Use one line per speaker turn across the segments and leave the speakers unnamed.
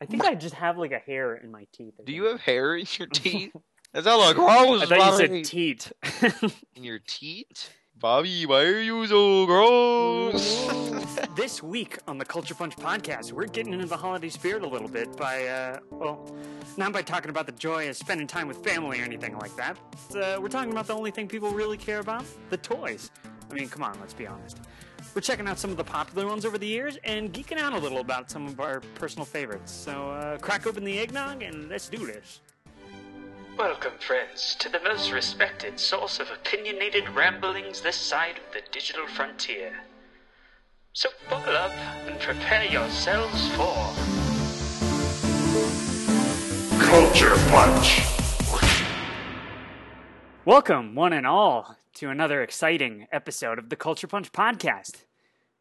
I think I just have like a hair in my teeth. I
Do
think.
you have hair in your teeth? That's not like gross,
I thought you
Bobby.
said teat.
in your teeth? Bobby, why are you so gross?
this week on the Culture Punch podcast, we're getting into the holiday spirit a little bit by, uh, well, not by talking about the joy of spending time with family or anything like that. But, uh, we're talking about the only thing people really care about the toys. I mean, come on, let's be honest. We're checking out some of the popular ones over the years and geeking out a little about some of our personal favorites. So, uh, crack open the eggnog and let's do this.
Welcome, friends, to the most respected source of opinionated ramblings this side of the digital frontier. So buckle up and prepare yourselves for.
Culture Punch.
Welcome, one and all, to another exciting episode of the Culture Punch podcast.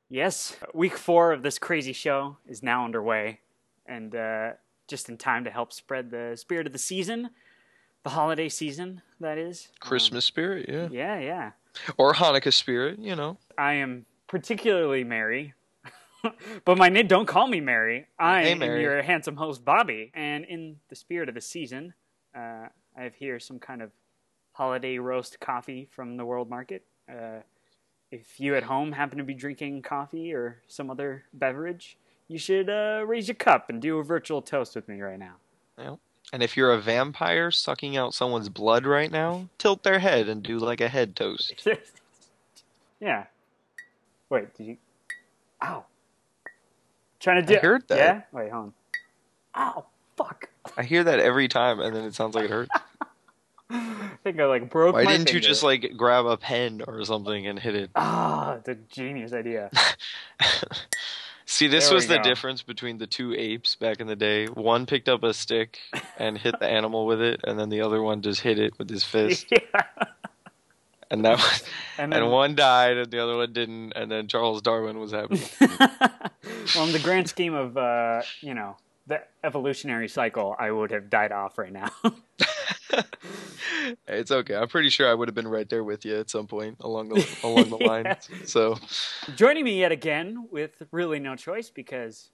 Yes, week four of this crazy show is now underway, and uh, just in time to help spread the spirit of the season, the holiday season, that is. Um,
Christmas spirit, yeah.
Yeah, yeah.
Or Hanukkah spirit, you know.
I am particularly Mary, but my name, don't call me Mary. I
Hey,
am
Mary.
your handsome host, Bobby. And in the spirit of the season, uh, I have here some kind of holiday roast coffee from the World Market. Uh, if you at home happen to be drinking coffee or some other beverage, you should uh, raise your cup and do a virtual toast with me right now.
And if you're a vampire sucking out someone's blood right now, tilt their head and do like a head toast.
yeah. Wait, did you? Ow. Trying to
I
do.
heard that.
Yeah. Wait, hold on. Ow, fuck.
I hear that every time, and then it sounds like it hurts.
I think I like broke.
Why
my
didn't you
finger.
just like grab a pen or something and hit it?
Ah, the genius idea.
See, this
There
was
we
the
go.
difference between the two apes back in the day. One picked up a stick and hit the animal with it, and then the other one just hit it with his fist.
yeah.
And that was,
And
and,
then-
one died, and the other one didn't. And then Charles Darwin was happy.
well, in the grand scheme of uh, you know the evolutionary cycle, I would have died off right now.
it's okay. I'm pretty sure I would have been right there with you at some point along the along the line. So
Joining me yet again with really no choice because,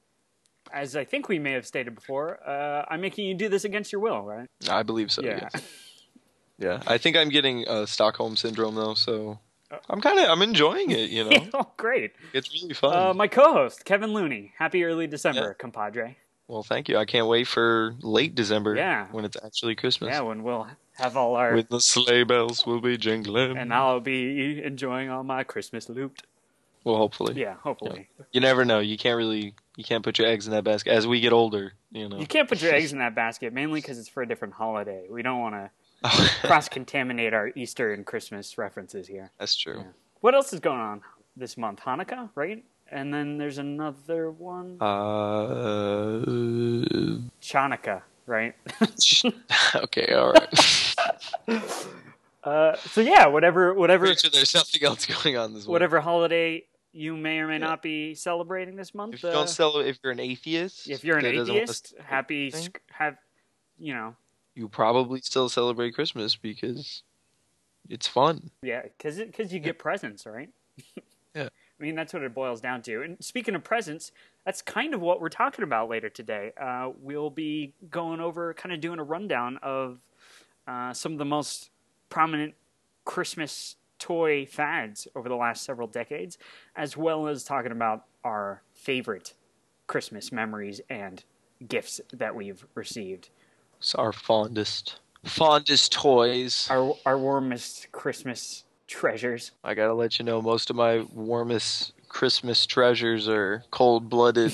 as I think we may have stated before, uh, I'm making you do this against your will, right?
I believe so.
Yeah.
Yes. Yeah. I think I'm getting uh, Stockholm syndrome though, so I'm kind of I'm enjoying it. You know,
oh, great.
it's really fun.
Uh, my co-host Kevin Looney. Happy early December, compadre.
Well, thank you. I can't wait for late December.
Yeah.
When it's actually Christmas.
Yeah, when we'll have all our
When the sleigh bells will be jingling.
and I'll be enjoying all my Christmas loot.
well, hopefully.
Yeah, hopefully.
You never know. You can't really. You can't put your eggs in that basket. As we get older, you know.
You can't put your eggs in that basket mainly because it's for a different holiday. We don't want to cross contaminate our Easter and Christmas references here.
That's true.
What else is going on this month? Hanukkah, right? And then there's another one,
Uh.
Chanukah, right?
okay. All right.
Uh, so yeah, whatever, whatever,
Pretty sure there's something else going on this. Week.
whatever holiday you may or may not be celebrating this month.
If you
uh,
don't sell, if you're an atheist,
if you're an
that doesn't wanna
atheist,
celebrate
happy
anything,
sc- have you know
you probably still celebrate Christmas because it's fun.
Yeah, because because you get presents, right?
Yeah.
I mean, that's what it boils down to. And speaking of presents, that's kind of what we're talking about later today. Uh, we'll be going over, kind of doing a rundown of uh, some of the most prominent Christmas toy fads over the last several decades, as well as talking about our favorite Christmas memories and gifts that we've received.
It's our fondest, fondest toys.
Our our warmest Christmas treasures.
I gotta let you know, most of my warmest Christmas treasures are cold-blooded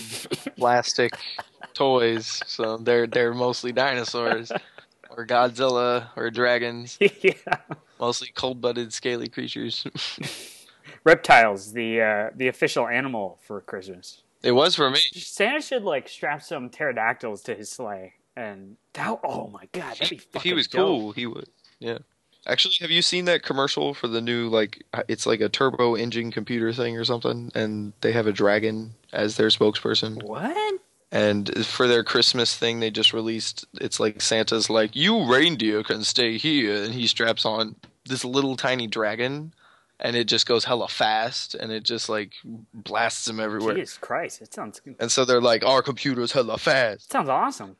plastic toys. So they're they're mostly dinosaurs, or Godzilla, or dragons.
yeah.
Mostly cold-blooded, scaly creatures.
reptiles the uh, the official animal for christmas
it was for me.
santa should like strap some pterodactyls to his sleigh and that, oh my god that'd be
If
fucking
he was
dope.
cool, he would. Yeah. Actually, have you seen that commercial for the new like it's like a turbo engine computer thing or something, and they have a dragon as their spokesperson.
what
And for their Christmas thing, they just released. It's like Santa's like, "You reindeer can stay here," and he straps on this little tiny dragon and it just goes hella fast and it just like blasts them everywhere.
Jesus Christ, it sounds it
And so they're like, our computer's hella fast.
sounds awesome.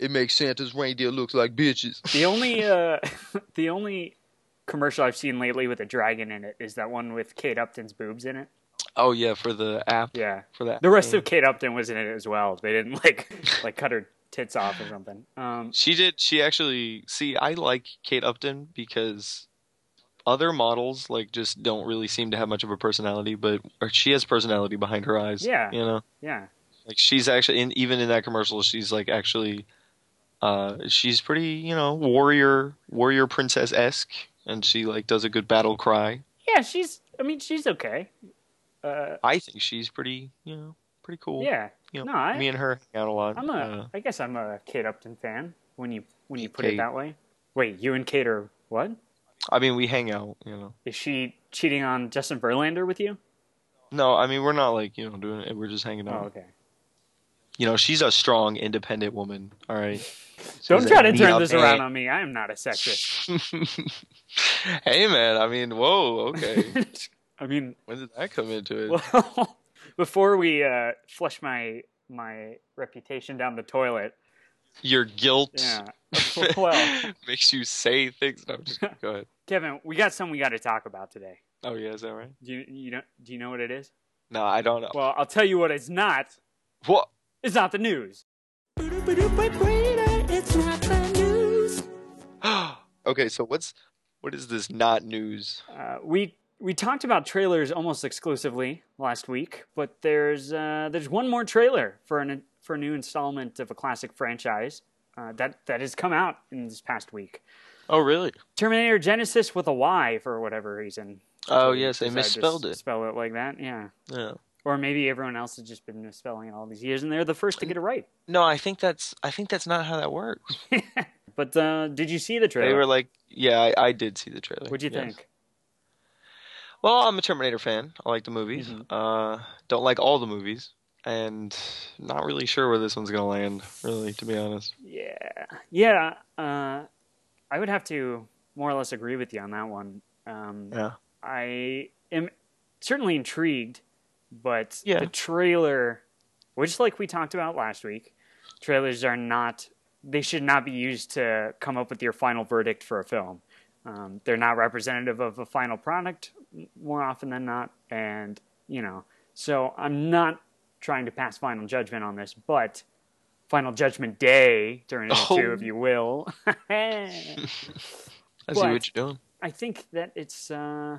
It makes Santa's reindeer look like bitches.
The only uh, the only commercial I've seen lately with a dragon in it is that one with Kate Upton's boobs in it.
Oh yeah, for the app.
Yeah,
For that.
the rest of Kate Upton was in it as well. They didn't like like cut her tits off or something. Um,
She did. She actually see. I like Kate Upton because other models like just don't really seem to have much of a personality, but or she has personality behind her eyes.
Yeah.
you know,
yeah,
like she's actually in, even in that commercial, she's like actually, uh, she's pretty you know warrior warrior princess esque, and she like does a good battle cry.
yeah, she's. I mean, she's okay. Uh,
I think she's pretty you know pretty cool.
yeah,
you know,
no, I-
me and her hang out a lot.
I'm a. i am
Uh,
ai guess I'm a Kate Upton fan when you when you put it
Kate.
that way. Wait, you and Kate are what?
I mean, we hang out. You know,
Is she cheating on Justin Verlander with you?
no, I mean we're not like you know doing it. We're just hanging out.
Oh, okay.
you know, she's a strong, independent woman. All right.
Don't
She's
try to
a
turn
neop-
this around on me. I am not a sexist.
hey, man. I mean, whoa. Okay.
I mean,
when did that come into it?
well, before we uh, flush my my reputation down the toilet,
Your guilt
yeah. well,
makes you say things. No, I'm just kidding. go ahead.
Kevin, we got something we got to talk about today.
Oh yeah, is that right?
Do you you know do you know what it is?
No, I don't know.
Well, I'll tell you what it's not.
What?
It's not the news.
okay, so what's what is this? Not news.
Uh, we we talked about trailers almost exclusively last week, but there's uh, there's one more trailer for an for a new installment of a classic franchise uh, that that has come out in this past week.
Oh really?
Terminator Genesis with a Y for whatever reason.
Oh yes, they
Because I just
misspelled it.
Spell it like that, yeah.
Yeah.
Or maybe everyone else has just been misspelling it all these years, and they're the first to get it right.
No, I think that's I think that's not how that works.
But uh, did you see the trailer?
They were like, yeah, I, I did see the trailer.
What'd you
Yes.
think?
Well, I'm a Terminator fan. I like the movies. Uh, don't like all the movies, and not really sure where this one's gonna land. Really, to be honest.
Yeah, yeah. Uh, I would have to more or less agree with you on that one. Um,
Yeah.
I am certainly intrigued, but
Yeah.
the trailer, which like we talked about last week, trailers are not. They should not be used to come up with your final verdict for a film. Um, they're not representative of a final product m- more often than not, and you know. So I'm not trying to pass final judgment on this, but final judgment day during
Oh.
two, if you will.
I see
But-
what you're doing.
I think that it's. Uh,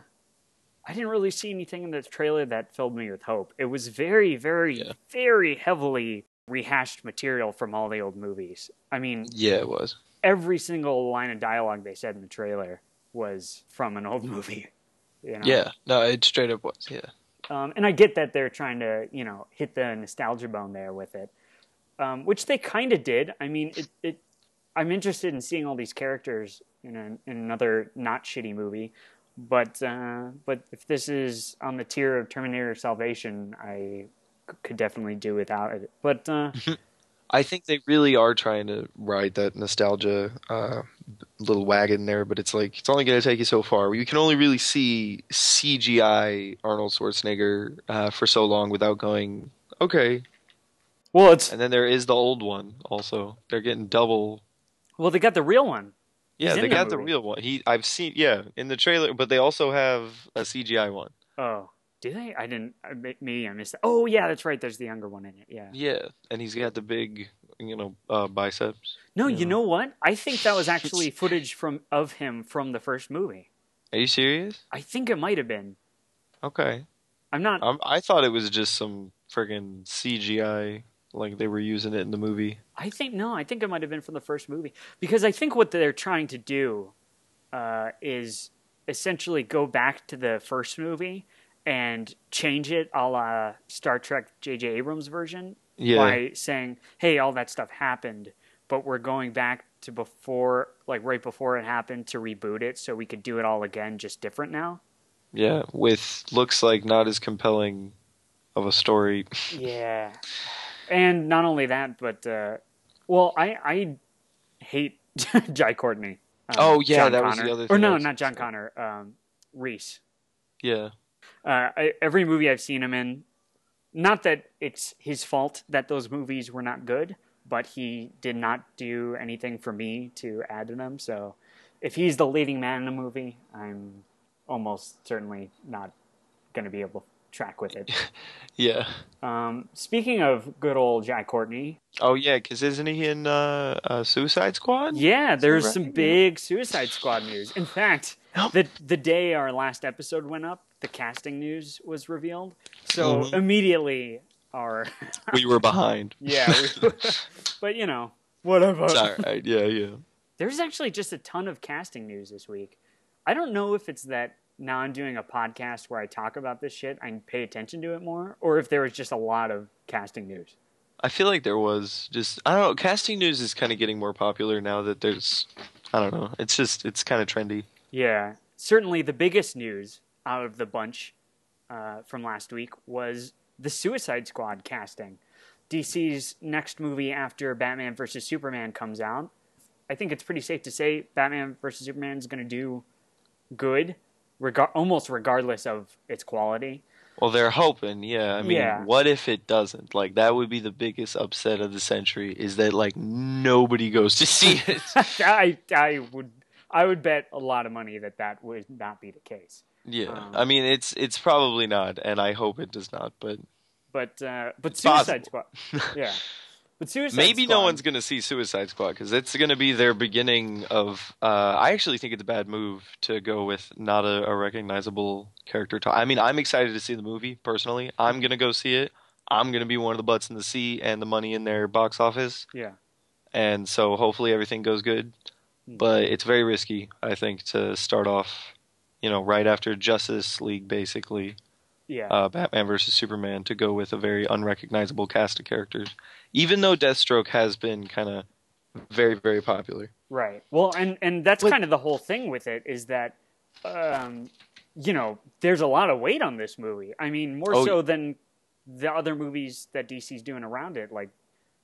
I didn't really see anything in the trailer that filled me with hope. It was very, very,
Yeah.
very heavily rehashed material from all the old movies. I mean,
Yeah, it was.
every single line of dialogue they said in the trailer was from an old movie. You know?
Yeah. No, it straight up was. Yeah.
Um, and I get that they're trying to, you know, hit the nostalgia bone there with it, um, which they kind of did. I mean, it, it. I'm interested in seeing all these characters in, an in another not shitty movie, but uh, but if this is on the tier of Terminator Salvation, I c- could definitely do without it. But uh,
I think they really are trying to ride that nostalgia uh, little wagon there, but it's like it's only going to take you so far. You can only really see CGI Arnold Schwarzenegger uh, for so long without going okay.
well, it's
And then there is the old one also. They're getting double
well they got the real one.
Yeah,
He's
they
in the
got the
movie.
real one. He, I've seen, yeah, in the trailer, but they also have a CGI one.
Oh, did they? I didn't. I- may- Maybe I missed. That. Oh yeah, that's right. There's the younger one in it. Yeah.
Yeah, and he's got the big, you know, uh, biceps.
No,
Yeah.
you know what? I think that was actually footage from of him from the first movie.
Are you serious?
I think it might have been.
Okay,
I'm not.
um, I thought it was just some friggin' CGI, like they were using it in the movie.
I think no. I think it might have been from the first movie because I think what they're trying to do uh, is essentially go back to the first movie and change it a la Star Trek J.J. Abrams version
Yeah,
by saying, "Hey, all that stuff happened, but we're going back to before, like right before it happened, to reboot it, so we could do it all again, just different now."
yeah, with looks like not as compelling of a story.
Yeah, and not only that, but uh, well, I I hate Jai Courtney. Um,
Oh, yeah,
John
that was the
Connor.
other
Or
thing I
no,
was
not John
gonna
Connor. Um, Reese.
Yeah.
uh, I, every movie I've seen him in, not that it's his fault that those movies were not good, but he did not do anything for me to add to them. So if he's the leading man in a movie, I'm almost certainly not going to be able to track with it.
Yeah.
Um, speaking of good old Jack Courtney,
Oh yeah, because isn't he in uh, uh, Suicide Squad?
yeah, there's
right.
some big Suicide Squad news. In fact,
Nope.
the the day our last episode went up, the casting news was revealed. So
Mhm.
immediately our
We were behind.
Yeah, we, but you know, whatever.
it's all right. Yeah, yeah.
There's actually just a ton of casting news this week. I don't know if it's that now I'm doing a podcast where I talk about this shit, I can pay attention to it more, or if there was just a lot of casting news.
I feel like there was just I don't know. Casting news is kind of getting more popular now that there's I don't know. It's just it's kind of trendy.
Yeah, certainly the biggest news out of the bunch uh, from last week was the Suicide Squad casting. DC's next movie after Batman vs Superman comes out. I think it's pretty safe to say Batman vs Superman is going to do good, regar- almost regardless of its quality.
Well, they're hoping. Yeah. I mean,
Yeah.
what if it doesn't? Like that would be the biggest upset of the century is that like nobody goes to see it.
I I would I would bet a lot of money that that would not be the case.
yeah.
Um,
I mean, it's it's probably not and I hope it does not, but
But uh, but Suicide
possible.
Squad, yeah. But Suicide
Maybe
Squad-
no one's going to see Suicide Squad because it's going to be their beginning of. Uh, I actually think it's a bad move to go with not a, a recognizable character. To- I mean, I'm excited to see the movie personally. I'm going to go see it. I'm going to be one of the butts in the seat and the money in their box office,
yeah.
and so hopefully everything goes good. But it's very risky, I think, to start off, you know, right after Justice League, basically
Yeah.
uh, Batman versus Superman to go with a very unrecognizable cast of characters, even though Deathstroke has been kind of very, very popular.
Right. Well, and and that's
Like-
kind of the whole thing with it is that, um, you know, there's a lot of weight on this movie. I mean, more
Oh,
so than the other movies that DC's doing around it, like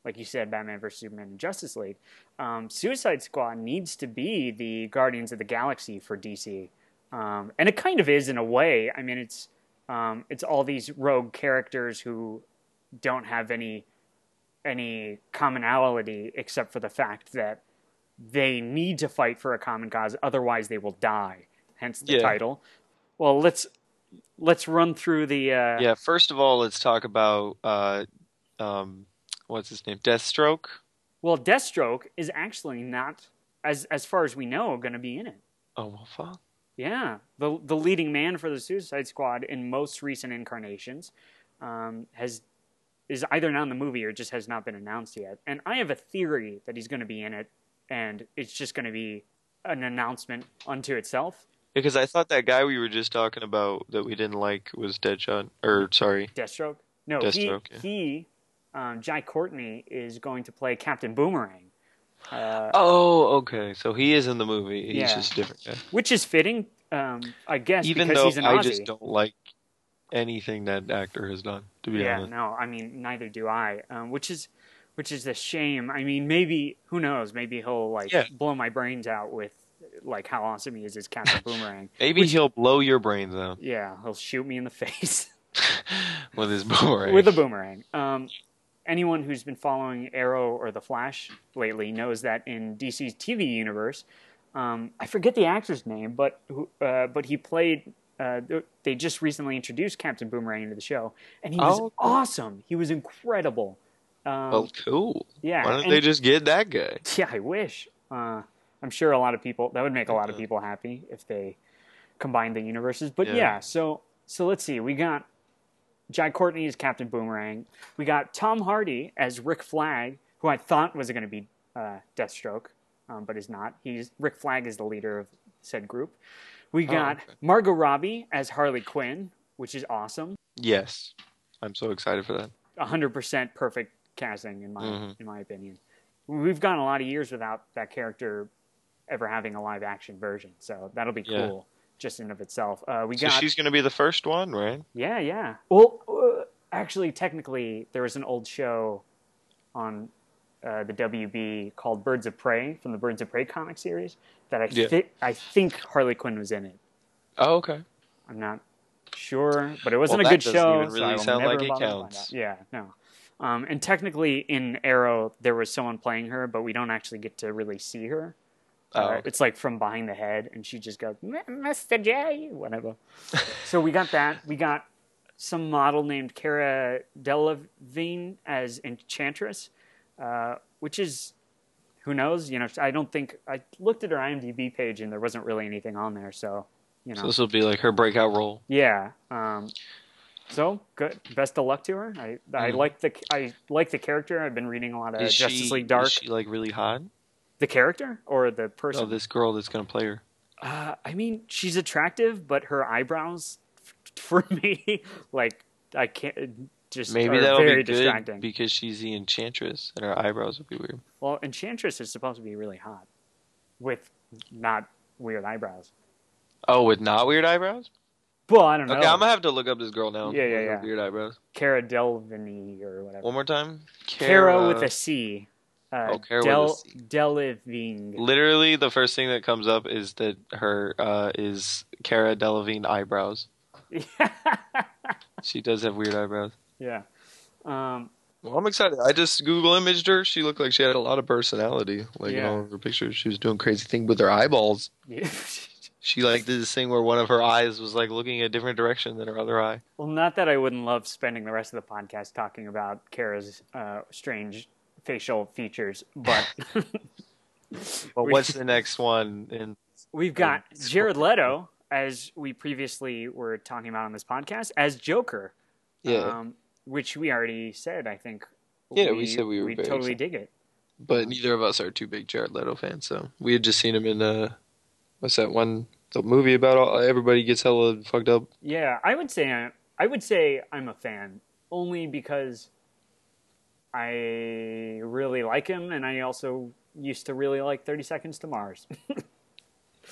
like you said, Batman vs Superman and Justice League. Um, Suicide Squad needs to be the Guardians of the Galaxy for DC, um, and it kind of is in a way. I mean, it's um, it's all these rogue characters who don't have any any commonality except for the fact that they need to fight for a common cause otherwise they will die hence the
Yeah.
title well let's let's run through the uh
Yeah, first of all, let's talk about uh, um, what's his name, Deathstroke.
well deathstroke is actually not as as far as we know going to be in it
Oh well, fuck.
yeah the the leading man for the suicide squad in most recent incarnations um has is either not in the movie or just has not been announced yet and i have a theory that he's going to be in it and it's just going to be an announcement unto itself
Because I thought that guy we were just talking about that we didn't like was Deadshot, or sorry,
Deathstroke. No,
Deathstroke, yeah.
he he, um, Jai Courtney is going to play Captain Boomerang, uh,
Oh, okay. So he is in the movie. He's
Yeah.
just a different guy.
which is fitting, um, I guess,
Even
because
though
he's an
I
Aussie.
just don't like anything that actor has done, to be
yeah,
honest.
no, I mean neither do I, um, which is which is a shame. I mean, maybe who knows? Maybe he'll like
Yeah.
blow my brains out with like how awesome he is as Captain Boomerang.
Maybe he'll blow your brains out
Yeah, he'll shoot me in the face.
with his boomerang.
with a boomerang. Um, anyone who's been following Arrow or The Flash lately knows that in DC's TV universe, um, I forget the actor's name, but who- uh, but he played. Uh, th- they just recently introduced Captain Boomerang into the show, and he was
Oh, okay.
awesome. He was incredible. Um,
Oh, cool.
yeah,
Why don't
and-
they just get that guy?
yeah, I wish. Uh, I'm sure a lot of people that would make a lot of people happy if they combined the universes. But yeah,
Yeah.
so so let's see. We got Jai Courtney as Captain Boomerang. We got Tom Hardy as Rick Flag, who I thought was going to be uh, Deathstroke, um, but is not. He's Rick Flag is the leader of said group. We got
Oh, okay.
Margot Robbie as Harley Quinn, which is awesome.
Yes. I'm so excited for that.
100% perfect casting in my
Mhm.
in my opinion. We've gone a lot of years without that character ever having a live action version, so that'll be
Yeah.
cool just in of itself. Uh, we
So
got
she's going to be the first one, right?
yeah, yeah. Well, uh, actually, technically, there was an old show on uh, the WB called Birds of Prey from the Birds of Prey comic series that I
Yeah.
thi- I think Harley Quinn was in it.
Oh, okay.
I'm not Sure, but it wasn't
Well,
a good
that doesn't
show.
even
so
really
I will
sound
never
like it
bother to find
counts.
out. Yeah, no. Um, and technically, in Arrow, there was someone playing her, but we don't actually get to really see her.
Oh.
Uh, it's like from behind the head, and she just goes, "Mister J," whatever. so we got that. We got some model named Cara Delevingne as Enchantress, uh, which is who knows. You know, I don't think I looked at her IMDb page, and there wasn't really anything on there. So you know,
So this will be like her breakout role.
yeah. Um, so good. Best of luck to her. I, I
Mhm.
like the I like the character. I've been reading a lot of
is
Uh, Justice
she,
League Dark.
Is she like really hot?
The character or the
Oh,
person?
this girl that's gonna play her.
uh, I mean, she's attractive, but her eyebrows, f- for me, like I can't just
Maybe
are
that'll
very
be good
distracting.
because she's the enchantress and her eyebrows will be weird.
Well, Enchantress is supposed to be really hot, with not weird eyebrows.
Oh, with not weird eyebrows?
Well, I don't know.
Okay, I'm gonna have to look up this girl now.
Yeah, yeah, yeah.
Weird eyebrows.
Cara Delvini or whatever.
One more time.
Cara with a C. Uh,
Oh, Cara with a
Del
C.
Delevingne.
Literally, the first thing that comes up is that her uh, is Cara Delevingne eyebrows. She does have weird eyebrows.
yeah. Um,
Well, I'm excited. I just Google imaged her. She looked like she had a lot of personality. Like in
Yeah.
all of her pictures, she was doing crazy things with her eyeballs.
yeah.
She like did this thing where one of her eyes was like looking a different direction than her other eye.
well, not that I wouldn't love spending the rest of the podcast talking about Kara's uh, strange facial features, but
But
We-
what's the next one? And
we've got
Oh,
Jared Leto, as we previously were talking about on this podcast, as Joker.
yeah,
Um, which we already said, I think.
Yeah, we said we were very
totally dig it.
but neither of us are too big Jared Leto fans, so we had just seen him in uh, what's that one? The movie about all, everybody gets hella fucked up.
Yeah, I would say I, I would say I'm a fan only because I really like him, and I also used to really like Thirty Seconds to Mars.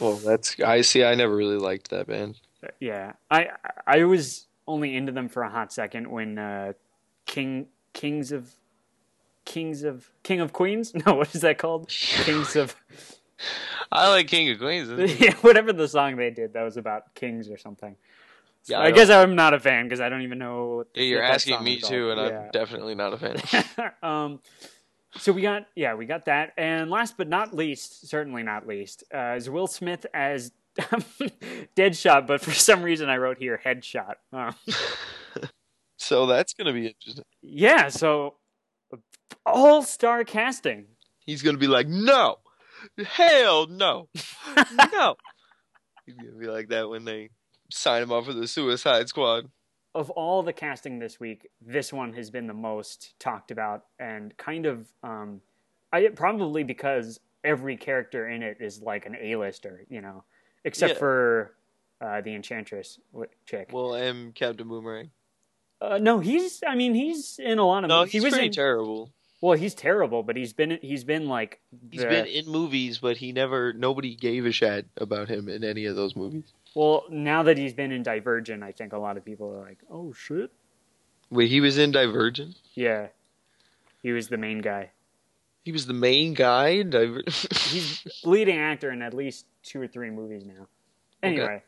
Well, that's I see. I never really liked that band.
yeah, I I was only into them for a hot second when uh, King Kings of Kings of King of Queens. No, what is that called? Kings of
I like King of Queens.
yeah, whatever the song they did that was about kings or something. So
Yeah, I
I, guess I'm not a fan because I don't even know. What
Yeah, You're
what that
asking
song
me
is all-
too, and
yeah.
I'm definitely not a fan.
um, so we got yeah, we got that, and last but not least, certainly not least, uh, is Will Smith as Deadshot. But for some reason, I wrote here Headshot. Um,
so that's gonna be interesting.
yeah, so all star casting.
He's gonna be like, no, hell no, no. He's gonna be like that when they sign him off for the Suicide Squad.
of all the casting this week, this one has been the most talked about and kind of um, I probably because every character in it is like an A-lister, you know, except
Yeah.
for uh, the Enchantress w- chick.
Well, and Captain Boomerang.
uh, no, he's I mean he's in a lot of
No,
movies.
he's
Um, he was
pretty
in,
terrible.
well, he's terrible, but he's been he's been like
He's
the-
been in movies, but he never. Nobody gave a shit about him in any of those movies.
well now that he's been in Divergent, I think a lot of people are like, oh shit,
Wait, he was in Divergent.
yeah, he was the main guy.
He was the main guy. In Diver-
he's leading actor in at least two or three movies now. Anyway,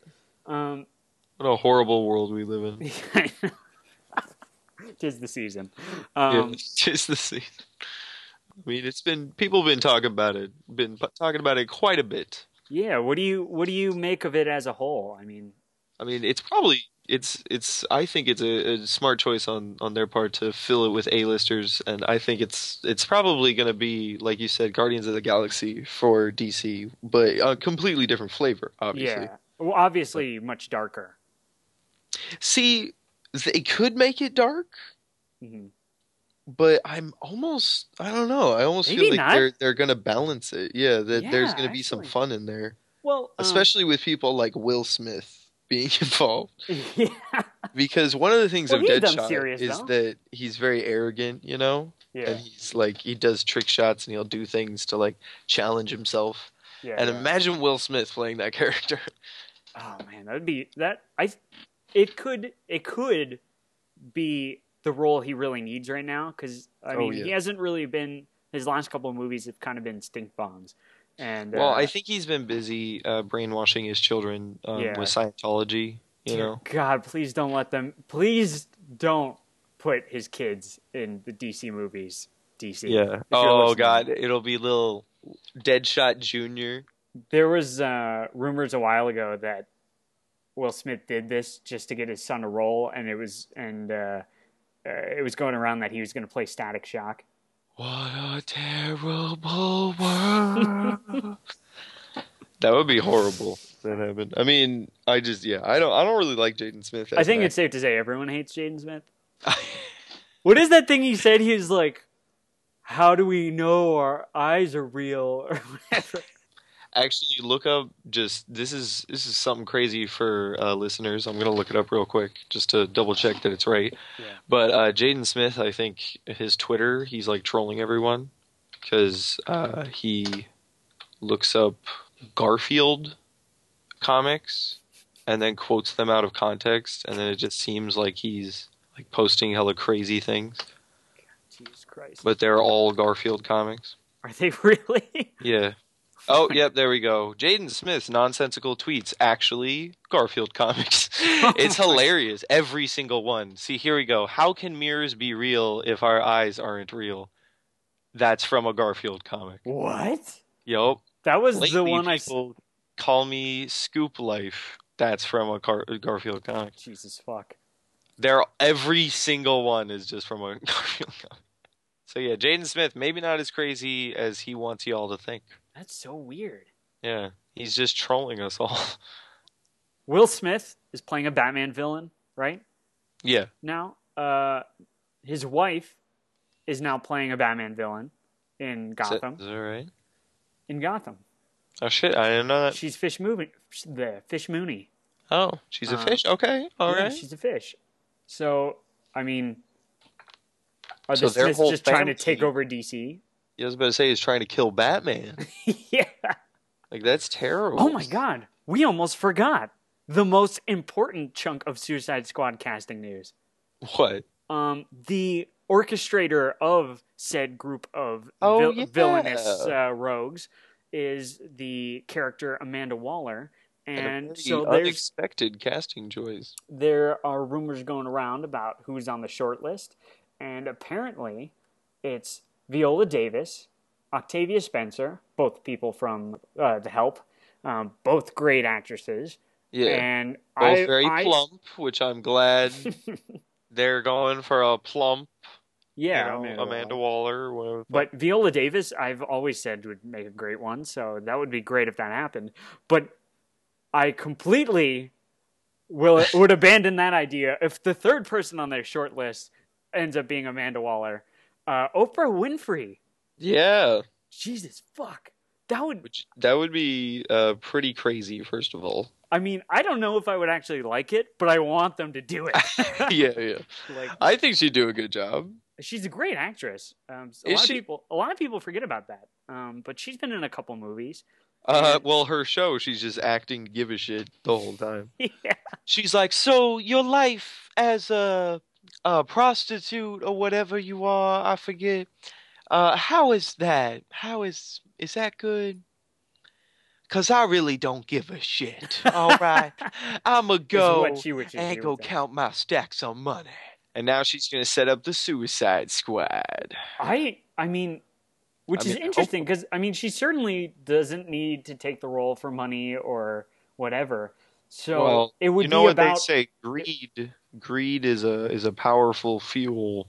um,
what a horrible world we live in.
tis the season. Um,
yeah, just the scene. I mean, it's been people been talking about it, been p- talking about it quite a bit.
yeah, what do you what do you make of it as a whole? I mean,
I mean, it's probably it's it's. I think it's a, a smart choice on on their part to fill it with A-listers, and I think it's it's probably going to be like you said, Guardians of the Galaxy for DC, but a completely different flavor, obviously.
yeah, well, obviously much darker.
See, they could make it dark,
Mhm.
but I'm almost I don't know. I almost
Maybe
feel like
not.
they're they're going to balance it. Yeah, that there's
Yeah,
going to be some
actually.
fun in there.
Well, um,
especially with people like Will Smith being involved.
yeah,
Because one of the things
Well,
of
he's done
Deadshot
serious,
is
though.
that he's very arrogant, you know, and
yeah,
he's like he does trick shots and he'll do things to like challenge himself.
yeah.
and imagine Will Smith playing that character.
oh man, that would be that. I it could it could be the role he really needs right now because I
Oh,
mean
yeah.
he hasn't really been his last couple of movies have kind of been stink bombs. And
Well,
uh,
I think he's been busy uh, brainwashing his children um,
Yeah.
with Scientology. You know,
God, please don't let them. Please don't put his kids in the DC movies. DC. if
yeah.
you're
Oh
listening.
God, it'll be little Deadshot Junior.
There was uh, rumors a while ago that Will Smith did this just to get his son a role, and it was and uh, uh, it was going around that he was going to play Static Shock.
What a terrible world. that would be horrible. if That happened. I mean, I just yeah, I don't I don't really like Jaden Smith.
I think it's safe to say everyone hates Jaden Smith. What is that thing he said? He was like, "How do we know our eyes are real?" Or whatever.
actually look up just this is this is something crazy for uh, listeners. I'm gonna look it up real quick just to double check that it's right.
Yeah.
But uh, Jaden Smith, I think his Twitter, he's like trolling everyone because uh, he looks up Garfield comics and then quotes them out of context, and then it just seems like he's like posting hella crazy things,
Jesus Christ!
but they're all Garfield comics.
Are they really?
Yeah. Oh, yep, there we go. Jaden Smith's nonsensical tweets, actually, Garfield comics. it's
Oh
hilarious. Every single one. See, here we go. How can mirrors be real if our eyes aren't real? That's from a Garfield comic.
what?
Yup.
That was the
Lately,
one I. s-
people call me Scoop Life. That's from a Gar- Garfield comic.
Jesus fuck.
They're every single one is just from a Garfield comic. So yeah, Jaden Smith maybe not as crazy as he wants y'all to think.
That's so weird.
Yeah, he's just trolling us all.
Will Smith is playing a Batman villain right
Yeah.
now. Uh, his wife is now playing a Batman villain in Gotham.
Is that right?
In Gotham,
Oh shit! I didn't know that.
she's Fish Mooney. The Fish Mooney.
Oh, she's a
Uh,
fish. Okay, all
yeah,
right.
she's a fish. So I mean, are
So
the
their
Smiths
whole
just trying to
family-
take over DC?
Yeah, I was about to say he's trying to kill Batman.
yeah.
like that's terrible.
Oh my god, we almost forgot the most important chunk of Suicide Squad casting news.
What?
Um, the orchestrator of said group of
Oh,
vil-
yeah.
villainous uh, rogues is the character Amanda Waller,
And a
and
very
so there's
unexpected casting choice.
there are rumors going around about who's on the short list, and apparently it's Viola Davis, Octavia Spencer, both people from uh, The Help, um, both great actresses,
Yeah,
and
both
I,
very
I-
plump, which I'm glad they're going for a plump.
yeah,
you know, Amanda, Waller. whatever.
But Viola Davis, I've always said would make a great one, so that would be great if that happened. But I completely will would abandon that idea if the third person on their short list ends up being Amanda Waller, uh, Oprah Winfrey.
yeah,
Jesus fuck, that would.
which that would be uh, pretty crazy. First of all,
I mean, I don't know if I would actually like it, but I want them to do it.
yeah, yeah.
like
I think she'd do a good job.
she's a great actress. Um, a
Is
lot
she?
of people, a lot of people forget about that. Um, but she's been in a couple movies.
Uh, well, her show, she's just acting to give a shit the whole time.
yeah.
She's like, so your life as a, a prostitute or whatever you are, I forget. Uh, how is that? How is is that good? Cause I really don't give a shit. All right, I'ma go
what she would- she
and
would
go
say.
count my stacks of money. And now she's gonna set up the Suicide Squad.
I I mean, which
I
is
mean, oh.
interesting because I mean she certainly doesn't need to take the role for money or whatever. So
well,
it would
you know
be
what
about
they say. Greed, greed is a is a powerful fuel.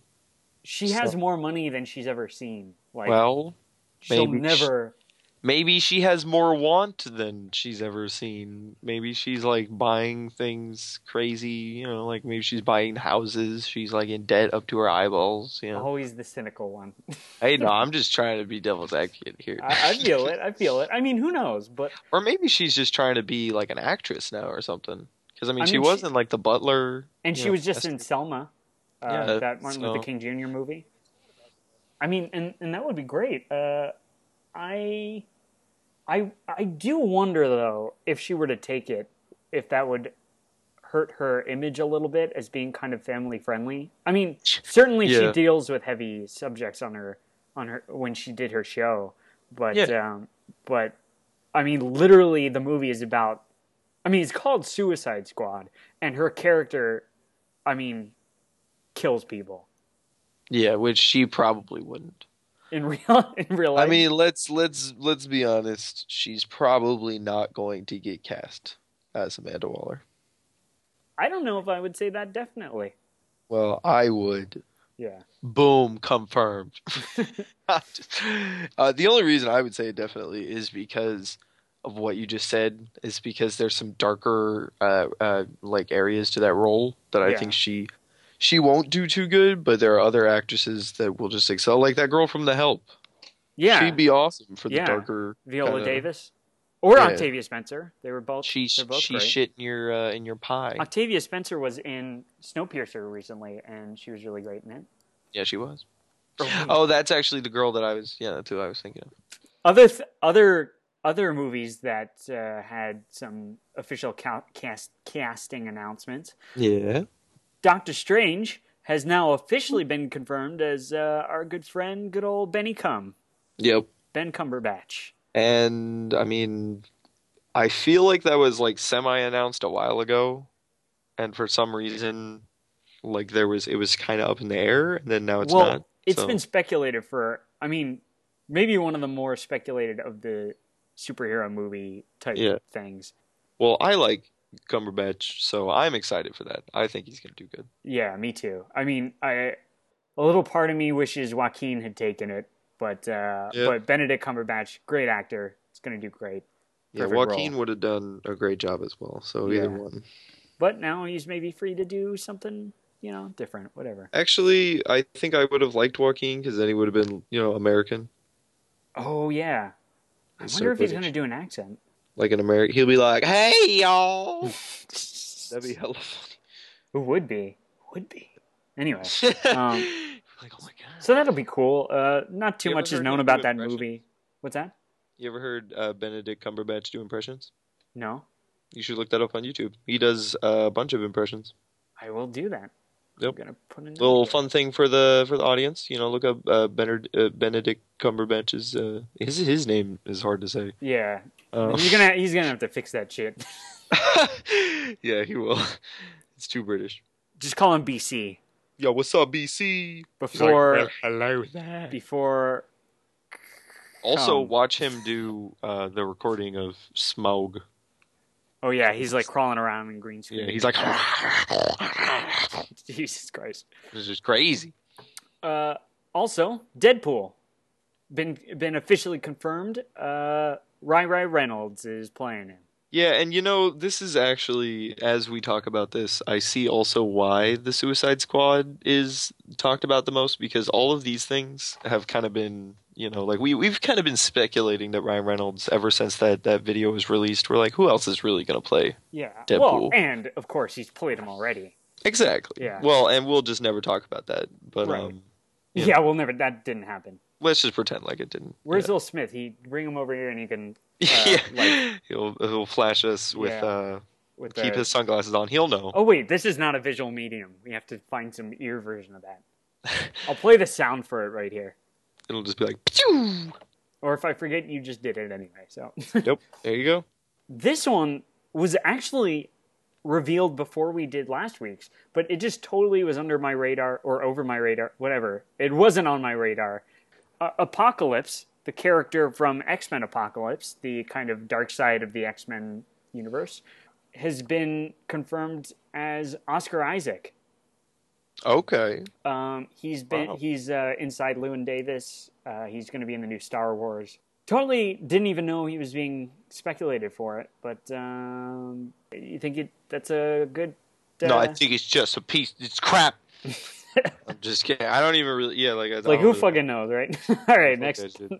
she has
so-
more money than she's ever seen. Like
Well,
she'll
maybe she-
never.
maybe she has more want than she's ever seen. Maybe she's like buying things crazy. You know, like maybe she's buying houses. She's like in debt up to her eyeballs. You know.
Always the cynical one.
Hey, no, I'm just trying to be devil's advocate here.
I, I feel it. I feel it. I mean, who knows? But
or maybe she's just trying to be like an actress now or something. Because I mean,
I
she
mean,
was
she-
in like the Butler,
and she
Yeah,
was just
that's-
in Selma, uh,
Yeah,
that Martin
so-
Luther King Jr. movie. I mean, and and that would be great. Uh, I, I, I do wonder though if she were to take it, if that would hurt her image a little bit as being kind of family friendly. I mean, certainly
Yeah.
she deals with heavy subjects on her on her when she did her show, but
Yeah.
um, but I mean, literally the movie is about I mean, it's called Suicide Squad, and her character, I mean, kills people
Yeah, which she probably wouldn't.
in real in real
I
life.
mean, let's let's let's be honest. She's probably not going to get cast as Amanda Waller.
I don't know if I would say that definitely.
Well, I would.
Yeah,
Boom, confirmed. uh, the only reason I would say definitely is because of what you just said. Is because there's some darker uh, uh, like areas to that role that I
Yeah.
think she she won't do too good. But there are other actresses that will just excel, like that girl from The Help.
yeah.
she'd be awesome for the
Yeah.
darker
Viola
kinda-
Davis or
Yeah.
Octavia Spencer. They were both.
She
they're both
she
great.
shit in your uh, in your pie.
Octavia Spencer was in Snowpiercer recently, and she was really great in it.
Yeah, she was. Oh, that's actually the girl that I was. Yeah, that's who I was thinking of.
Other th- other other movies that uh, had some official ca- cast casting announcements.
Yeah.
Doctor Strange has now officially been confirmed as uh, our good friend, good old Benny Cum,
Yep.
Ben Cumberbatch.
And I mean, I feel like that was like semi-announced a while ago, and for some reason, like there was it was kind of up in the air, and then now it's
well,
not.
it's
so-
been speculated for. I mean, maybe one of the more speculated of the superhero movie type
Yeah.
things.
Well, I like Cumberbatch, so I'm excited for that. I think he's gonna do good.
Yeah, me too. I mean, I a little part of me wishes Joaquin had taken it, but uh,
Yeah.
but Benedict Cumberbatch, great actor, is going to do great.
Yeah,
Perfect role.
Joaquin would have done a great job as well. So
Yeah.
either one.
But now he's maybe free to do something, you know, different, whatever.
Actually, I think I would have liked Joaquin because then he would have been, you know, American.
Oh yeah, I
He's so
wonder if he's
British.
going to do an accent.
Like an American, he'll be like, "Hey y'all." That'd be hella funny.
Who would be? Would be. Anyway, Um,
like, oh my god.
so that'll be cool. Uh, not too
You ever
much is
heard
known
him
about
do
that
impressions?
movie. What's that?
You ever heard uh, Benedict Cumberbatch do impressions?
No,
You should look that up on YouTube. He does uh, a bunch of impressions.
I will do that.
Yep.
I'm gonna put in
Little fun thing for the for the audience, you know, look up uh, Benedict, uh, Benedict Cumberbatch's. Uh, his his name is hard to say.
Yeah,
Um,
he's gonna he's gonna have to fix that shit.
yeah, he will. It's too British.
Just call him BC.
Yo, what's up, BC?
before
hello there.
before
Also,
Um,
watch him do uh, the recording of Smog.
oh yeah he's like crawling around in green screen
Yeah, he's like,
jesus christ
this is crazy.
uh also deadpool been been officially confirmed uh rai rai reynolds is playing him
Yeah, and you know, this is actually, as we talk about this, I see also why the Suicide Squad is talked about the most because all of these things have kind of been, you know, like we, we've kind of been speculating that Ryan Reynolds, ever since that, that video was released, we're like, who else is really going to play?
yeah well
Deadpool.
and of course he's played him already
Exactly.
Yeah.
Well, and we'll just never talk about that. But
Right.
um,
yeah,
Yeah.
we'll never that didn't happen
let's just pretend like it didn't.
where's
Yeah.
will smith he bring him over here and you can uh,
yeah, he'll he'll flash us with
Yeah.
uh,
with
keep
the,
his sunglasses on. He'll know.
oh wait this is not a visual medium we have to find some ear version of that i'll play the sound for it right here
It'll just be like, Phew!
or if I forget, you just did it anyway. So
nope. There you go.
this one was actually revealed before we did last week's, but it just totally was under my radar or over my radar, whatever. It wasn't on my radar. Uh, Apocalypse, the character from X Men Apocalypse, the kind of dark side of the X Men universe, has been confirmed as Oscar Isaac.
Okay.
Um, he's been
Wow.
he's uh, inside Lewin Davis. Uh, he's going to be in the new Star Wars. Totally didn't even know he was being speculated for it, but um, you think it, that's a good. Uh,
No, I think it's just a piece. It's crap. I'm just kidding. I don't even really. Yeah, like I
like
don't
who
really-
fucking knows, right? all right,
Okay,
next
dude.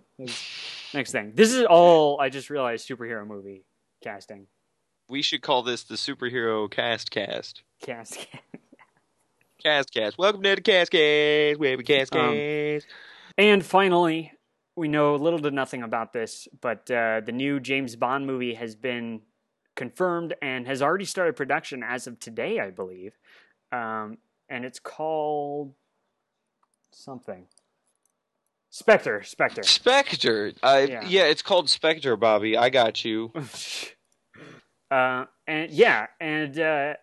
next thing. This is all I just realized superhero movie casting
We should call this the superhero cast cast.
cast.
Cast cast. Welcome to the cast cast. We have a cast
Um,
cast.
And finally, we know little to nothing about this, but uh, the new James Bond movie has been confirmed and has already started production as of today, I believe. Um, and it's called something. Spectre, Spectre.
Spectre. I,
Yeah.
yeah. it's called Spectre, Bobby. I got you.
Uh, and yeah, and uh,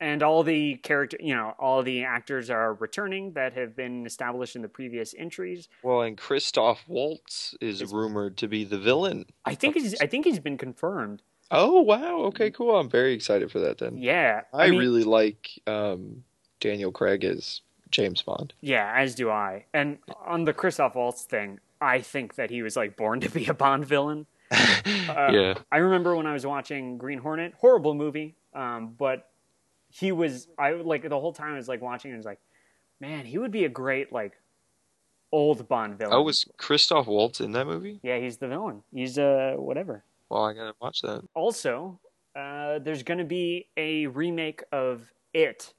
and all the character, you know, all the actors are returning that have been established in the previous entries.
Well, and Christoph Waltz is
Is-
rumored to be the villain.
I think he's, I think he's been confirmed.
Oh wow! Okay, cool. I'm very excited for that. Then
Mm. Yeah,
I,
mean,
really like um, Daniel Craig as James Bond.
Yeah, as do I. And on the Christoph Waltz thing, I think that he was like born to be a Bond villain. Uh,
yeah,
I remember when I was watching Green Hornet, horrible movie, um, but he was I would, like the whole time I was like watching it I was like, man, he would be a great like old Bond villain.
oh, was Christoph Waltz in that movie?
yeah, he's the villain. He's uh whatever.
Well, I gotta watch that.
Also, uh, there's going to be a remake of It,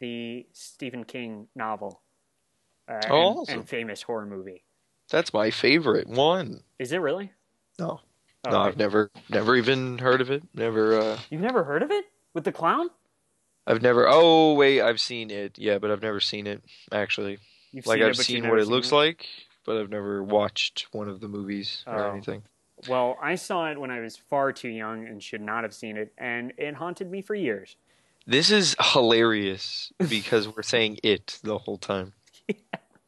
the Stephen King novel, uh, and-
Oh, awesome.
and famous horror movie.
That's my favorite one.
Is it really?
No,
Oh,
no,
okay.
I've never, never even heard of it. Never, uh,
You've never heard of it with the clown?
I've never. Oh wait, I've seen it. Yeah, but I've never seen it actually.
You've
like
seen
I've
it, but you've
seen
never
what it looks
it?
like, but I've never watched one of the movies or
Oh.
anything.
Well, I saw it when I was far too young and should not have seen it, and it haunted me for years.
This is hilarious because we're saying it the whole time.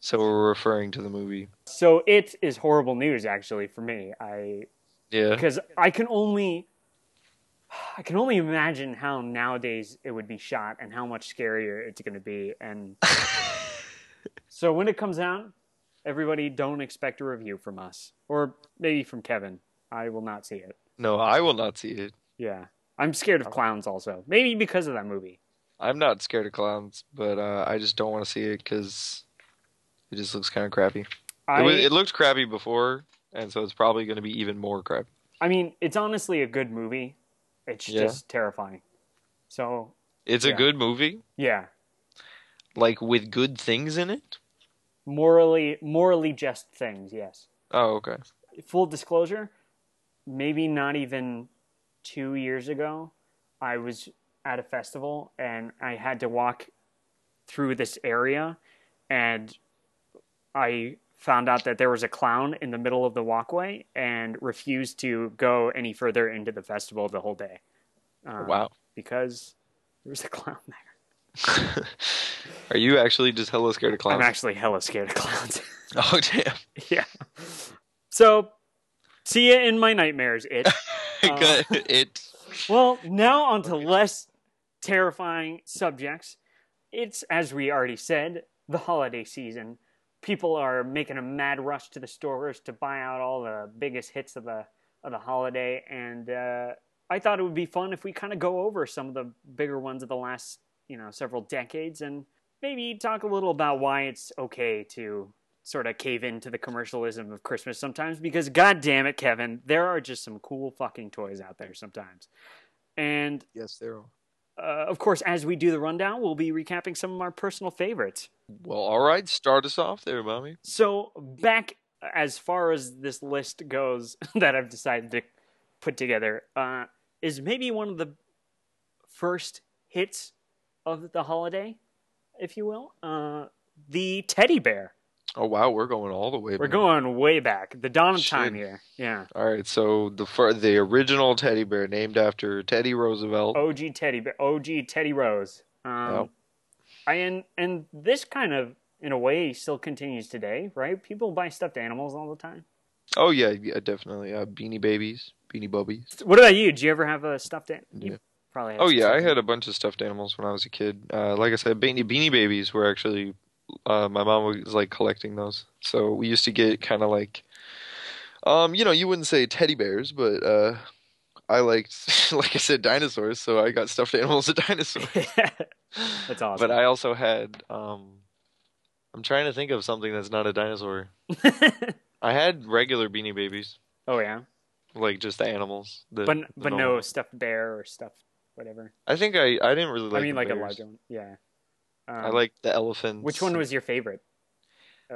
So we're referring to the movie.
So it is horrible news, actually, for me. I
Yeah.
because I can only I can only imagine how nowadays it would be shot and how much scarier it's going to be. And so when it comes out, everybody don't expect a review from us or maybe from Kevin. I will not see it.
No, I will not see it.
Yeah, I'm scared of clowns. Also, maybe because of that movie.
I'm not scared of clowns, but uh, I just don't want to see it because it just looks kind of crappy.
I
It, was, it looked crappy before, and so it's probably going to be even more crappy.
I mean, it's honestly a good movie. It's
Yeah.
just terrifying. So
It's
Yeah.
a good movie,
yeah,
like with good things in it.
morally morally just things. Yes.
Oh, okay.
full disclosure, maybe not even two years ago, I was at a festival and I had to walk through this area and I found out that there was a clown in the middle of the walkway and refused to go any further into the festival the whole day. Um,
Oh, Wow.
Because there was a clown there.
Are you actually just hella scared of clowns?
I'm actually hella scared of clowns.
oh, damn.
yeah. So, see you in my nightmares, it.
Good. it.
Well, now on to less terrifying subjects. It's, as we already said, the holiday season. People are making a mad rush to the stores to buy out all the biggest hits of the of the holiday, and uh, I thought it would be fun if we kind of go over some of the bigger ones of the last, you know, several decades, and maybe talk a little about why it's okay to sort of cave into the commercialism of Christmas sometimes. Because, god damn it, Kevin, there are just some cool fucking toys out there sometimes. And
Yes, there are.
uh, of course, as we do the rundown, we'll be recapping some of our personal favorites.
Well, all right. Start us off there, mommy.
So, back as far as this list goes that I've decided to put together, uh, is maybe one of the first hits of the holiday, if you will. Uh, the teddy bear.
Oh wow, we're going all the way.
We're
back.
going way back. The dawn of
Mm-hmm. Shit.
time here. Yeah.
All right. So the fir- the original teddy bear named after Teddy Roosevelt.
OG Teddy Bear, OG Teddy Rose. Um,
Yep.
I and and this kind of in a way still continues today, right? People buy stuffed animals all the time.
Oh, yeah, yeah, definitely. Uh, Beanie Babies, Beanie Bubbies.
What about you? Do you ever have a stuffed animal?
Yeah.
You probably.
Oh
some
yeah, I
stuffed
had a bunch of stuffed animals when I was a kid. Uh, like I said, Beanie Beanie Babies were actually uh, my mom was like collecting those. So we used to get kind of like, um, you know, you wouldn't say teddy bears, but uh, I liked, like I said, dinosaurs. So I got stuffed animals and dinosaurs.
animals. That's awesome.
But I also had. Um, I'm trying to think of something that's not a dinosaur. I had regular Beanie Babies,
oh yeah,
like just the animals. The,
but
the
but
normal-
no stuffed bear or stuffed whatever.
I think I I didn't really. Like
I mean,
the
like a
bears.
larger one. Yeah. Um,
I like the elephants.
Which one was your favorite?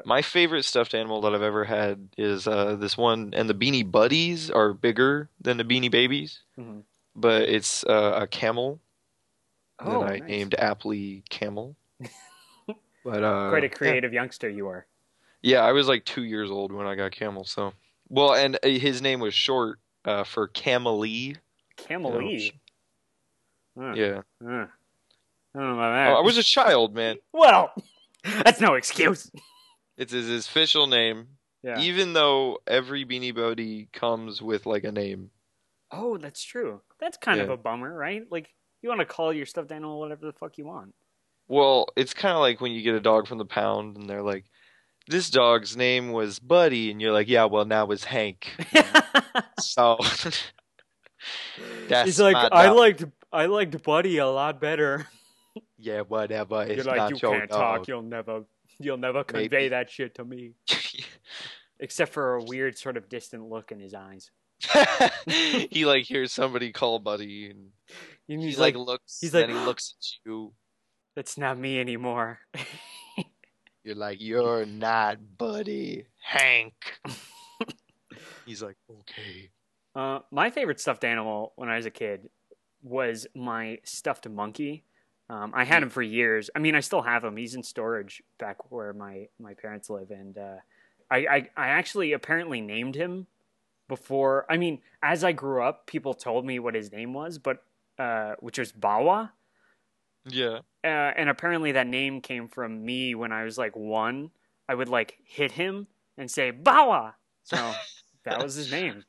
My favorite stuffed animal that I've ever had is uh, this one, and the Beanie Buddies are bigger than the Beanie Babies,
Mhm.
but it's uh, a camel
Oh,
that I
nice.
named aptly Camel. but uh,
Quite a creative youngster you are.
Yeah, I was like two years old when I got Camel. So, well, and uh, his name was short uh, for Camelie,
Camille.
Yeah.
I don't know about
Oh,
that.
I was a child, man.
Well, that's no excuse.
It's his his official name.
Yeah.
Even though every Beanie Bodie comes with like a name.
Oh, that's true. That's kind of
Yeah.
a bummer, right? Like you want to call your stuffed animal whatever the fuck you want.
Well, it's kind of like when you get a dog from the pound and they're like, this dog's name was Buddy, and you're like, yeah, well, now it's Hank. So that's
He's like,
my
I
dog.
liked I liked Buddy a lot better.
Yeah, whatever. It's
You're like,
not
you
your
can't
dog.
talk. You'll never you'll never
Maybe.
convey that shit to me. Except for a weird sort of distant look in his eyes.
he like hears somebody call Buddy, and
And
he's
he's
like,
like,
looks.
he's
and
like,
then he looks at you.
that's not me anymore.
You're like, you're not Buddy, Hank. he's like, okay.
Uh, my favorite stuffed animal when I was a kid was my stuffed monkey. Um, I had him for years. I mean, I still have him. He's in storage back where my, my parents live, and uh, I, I I actually apparently named him before. I mean, as I grew up, people told me what his name was, but uh, which was Bawa
Yeah.
uh, and apparently that name came from me when I was like one. I would like hit him and say Bawa, so that was his name.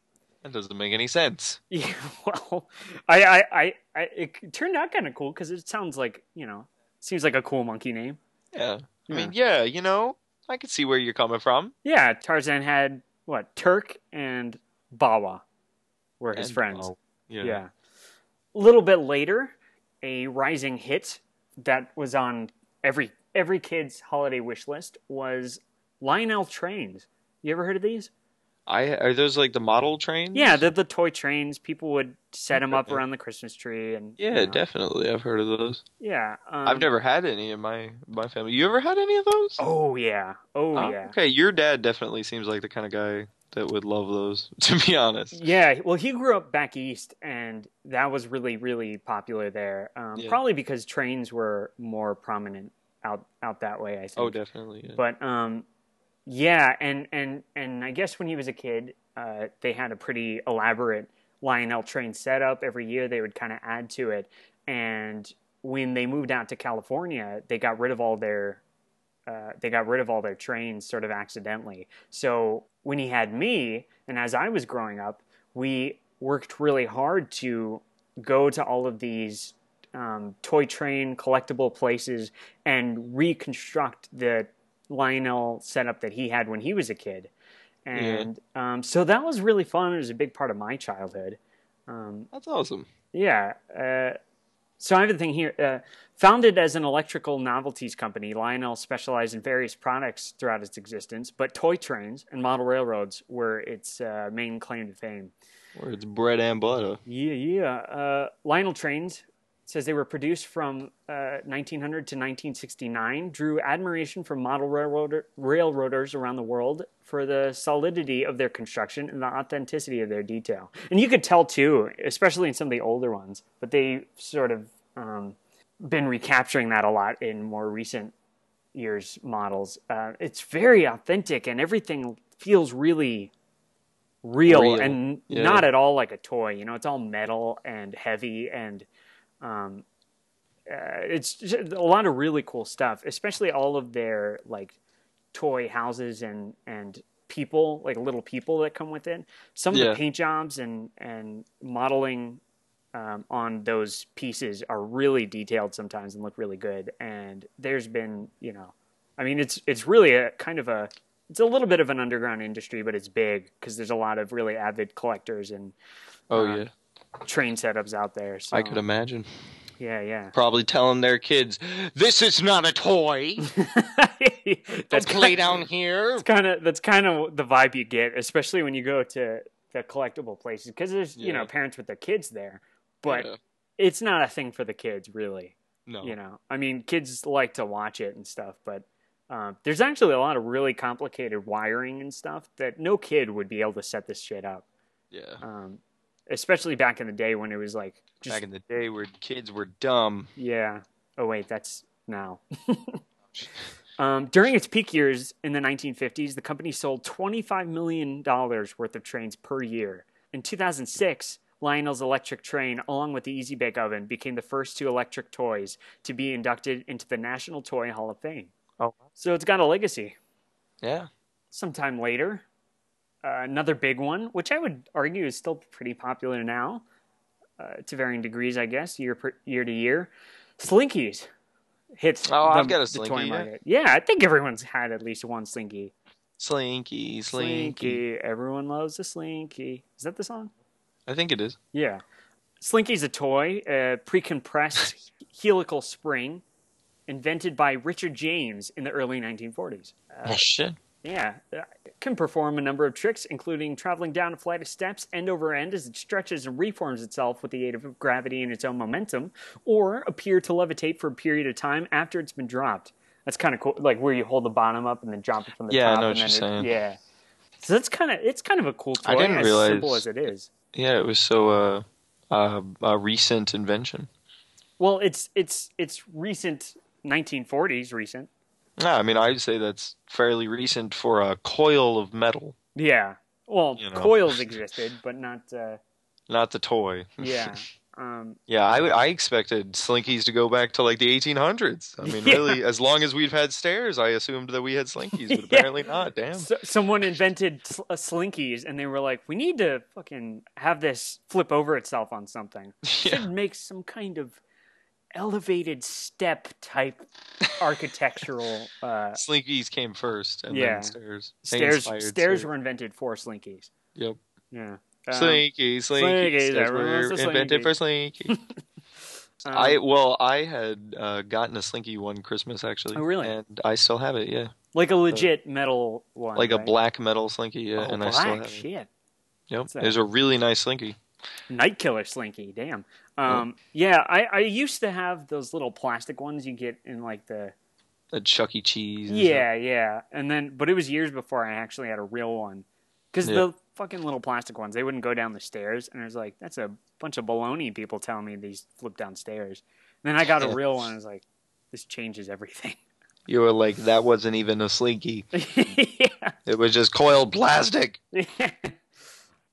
That doesn't make any sense.
Yeah, well, I, I, I, I it turned out kind of cool because it sounds like you know, seems like a cool monkey name.
Yeah. I
Yeah.
mean, yeah, you know, I can see where you're coming from.
Yeah, Tarzan had what Turk and Bawa were his
And-
friends.
oh,
yeah. a little bit later, a rising hit that was on every every kid's holiday wish list was Lionel trains. You ever heard of these?
I are those like the model trains?
Yeah, they're the toy trains. People would set them up
Okay.
around the Christmas tree, and you
yeah,
know.
definitely. I've heard of those.
yeah. Um,
I've never had any in my my family. You ever had any of those?
Oh yeah. Oh
Oh,
yeah.
Okay, your dad definitely seems like the kind of guy that would love those. To be honest.
Yeah, well, he grew up back east, and that was really, really popular there. Um,
Yeah.
Probably because trains were more prominent out out that way. I think.
Oh, definitely. Yeah.
But um, yeah, and and and I guess when he was a kid, uh, they had a pretty elaborate Lionel train setup. Every year they would kind of add to it, and when they moved out to California, they got rid of all their uh, they got rid of all their trains sort of accidentally. So when he had me, and as I was growing up, we worked really hard to go to all of these um, toy train collectible places and reconstruct the Lionel setup that he had when he was a kid. And um, so that was really fun. It was a big part of my childhood. Um,
That's awesome.
yeah. Uh, so I have a thing here. Uh, founded as an electrical novelties company, Lionel specialized in various products throughout its existence, but toy trains and model railroads were its uh, main claim to fame.
Or it's bread and butter.
Yeah, yeah. Uh, Lionel Trains says they were produced from uh, 1900 to 1969, drew admiration from model railroader, railroaders around the world for the solidity of their construction and the authenticity of their detail. And you could tell too, especially in some of the older ones, but they sort of um, been recapturing that a lot in more recent years models. Uh, it's very authentic and everything feels really real,
Real.
and
Yeah.
not at all like a toy. You know, it's all metal and heavy and um, uh, it's just a lot of really cool stuff, especially all of their like toy houses and and people like little people that come with it. Some of
Yeah.
the paint jobs and and modeling um, on those pieces are really detailed sometimes and look really good. And there's been you know, I mean it's it's really a kind of a it's a little bit of an underground industry, but it's big because there's a lot of really avid collectors and
Oh
Uh,
yeah,
train setups out there. So
I could imagine.
yeah, yeah.
Probably telling their kids, "This is not a toy. Don't
that's
play down here."
kind of that's kind of the vibe you get, especially when you go to the collectible places because there's you
Yeah.
know parents with their kids there, but
Yeah.
it's not a thing for the kids really.
no,
You know, I mean, kids like to watch it and stuff, but um, there's actually a lot of really complicated wiring and stuff that no kid would be able to set this shit up.
yeah.
Um, especially back in the day when it was like, just,
Back in the day, where kids were dumb.
yeah. Oh wait, that's now. Um, during its peak years in the 1950s, the company sold $25 million worth of trains per year. In 2006, Lionel's electric train, along with the Easy Bake Oven, became the first two electric toys to be inducted into the National Toy Hall of Fame.
Oh.
So it's got a legacy.
Yeah.
Sometime later, uh, another big one, which I would argue is still pretty popular now, uh, to varying degrees, I guess, year per, year to year. Slinkies hits
Oh,
the,
I've got a
the
Slinky,
toy
yeah.
market. Yeah, I think everyone's had at least one Slinky.
Slinky, slinky.
Slinky, everyone loves a Slinky. Is that the song?
I think it is.
Yeah. Slinky's a toy, a pre-compressed helical spring, invented by Richard James in the early 1940s.
oh, shit.
Yeah, uh, it can perform a number of tricks, including traveling down a flight of steps end over end as it stretches and reforms itself with the aid of gravity and its own momentum, or appear to levitate for a period of time after it's been dropped. That's kind of cool, like where you hold the bottom up and then drop it from the
Yeah, I
top. and
know what
then
you're
it-
saying.
Yeah, so that's kind of it's kind of a cool toy.
I didn't
as
realize-
simple as it is.
Yeah, it was so uh, uh, a recent invention.
Well, it's it's it's recent 1940s recent.
No, I mean I'd say that's fairly recent for a coil of metal,
Yeah. Well,
You know.
coils existed, but not. Uh,
not the toy.
yeah. Um,
yeah, I, I expected Slinkies to go back to like the 1800s. I mean,
Yeah.
really, as long as we've had stairs, I assumed that we had Slinkies, but
Yeah.
apparently not. Damn.
S someone invented sl- uh, slinkies and they were like we need to fucking have this flip over itself on something
Yeah.
should make some kind of elevated step type architectural uh,
Slinkies came first, and
Yeah.
then stairs. They
stairs
inspired
stairs were invented for slinkies
Yep.
yeah Um,
Slinky, Slinky,
Slinkies,
stairs
everyone
were
wants a
invented
Slinky.
for Slinky.
um,
I well, I had uh, gotten a Slinky one Christmas actually.
Oh, really?
And I still have it. Yeah,
like a legit metal one
uh, like a
right?
black metal Slinky. Yeah,
oh,
and
black
I still have it.
shit
Yep,
that?
it was a really nice Slinky.
Night Killer Slinky, damn. Um, Yeah, I, I used to have those little plastic ones you get in like the
A Chuck E. Cheese. and
Yeah, yeah. And then, but it was years before I actually had a real one. Because
Yeah.
the fucking little plastic ones, they wouldn't go down the stairs. And I was like, that's a bunch of baloney people telling me these flip down stairs. And then I got a
Yeah.
real one. I was like, this changes everything.
stuff. You were like, that wasn't even a Slinky.
yeah.
It was just coiled plastic.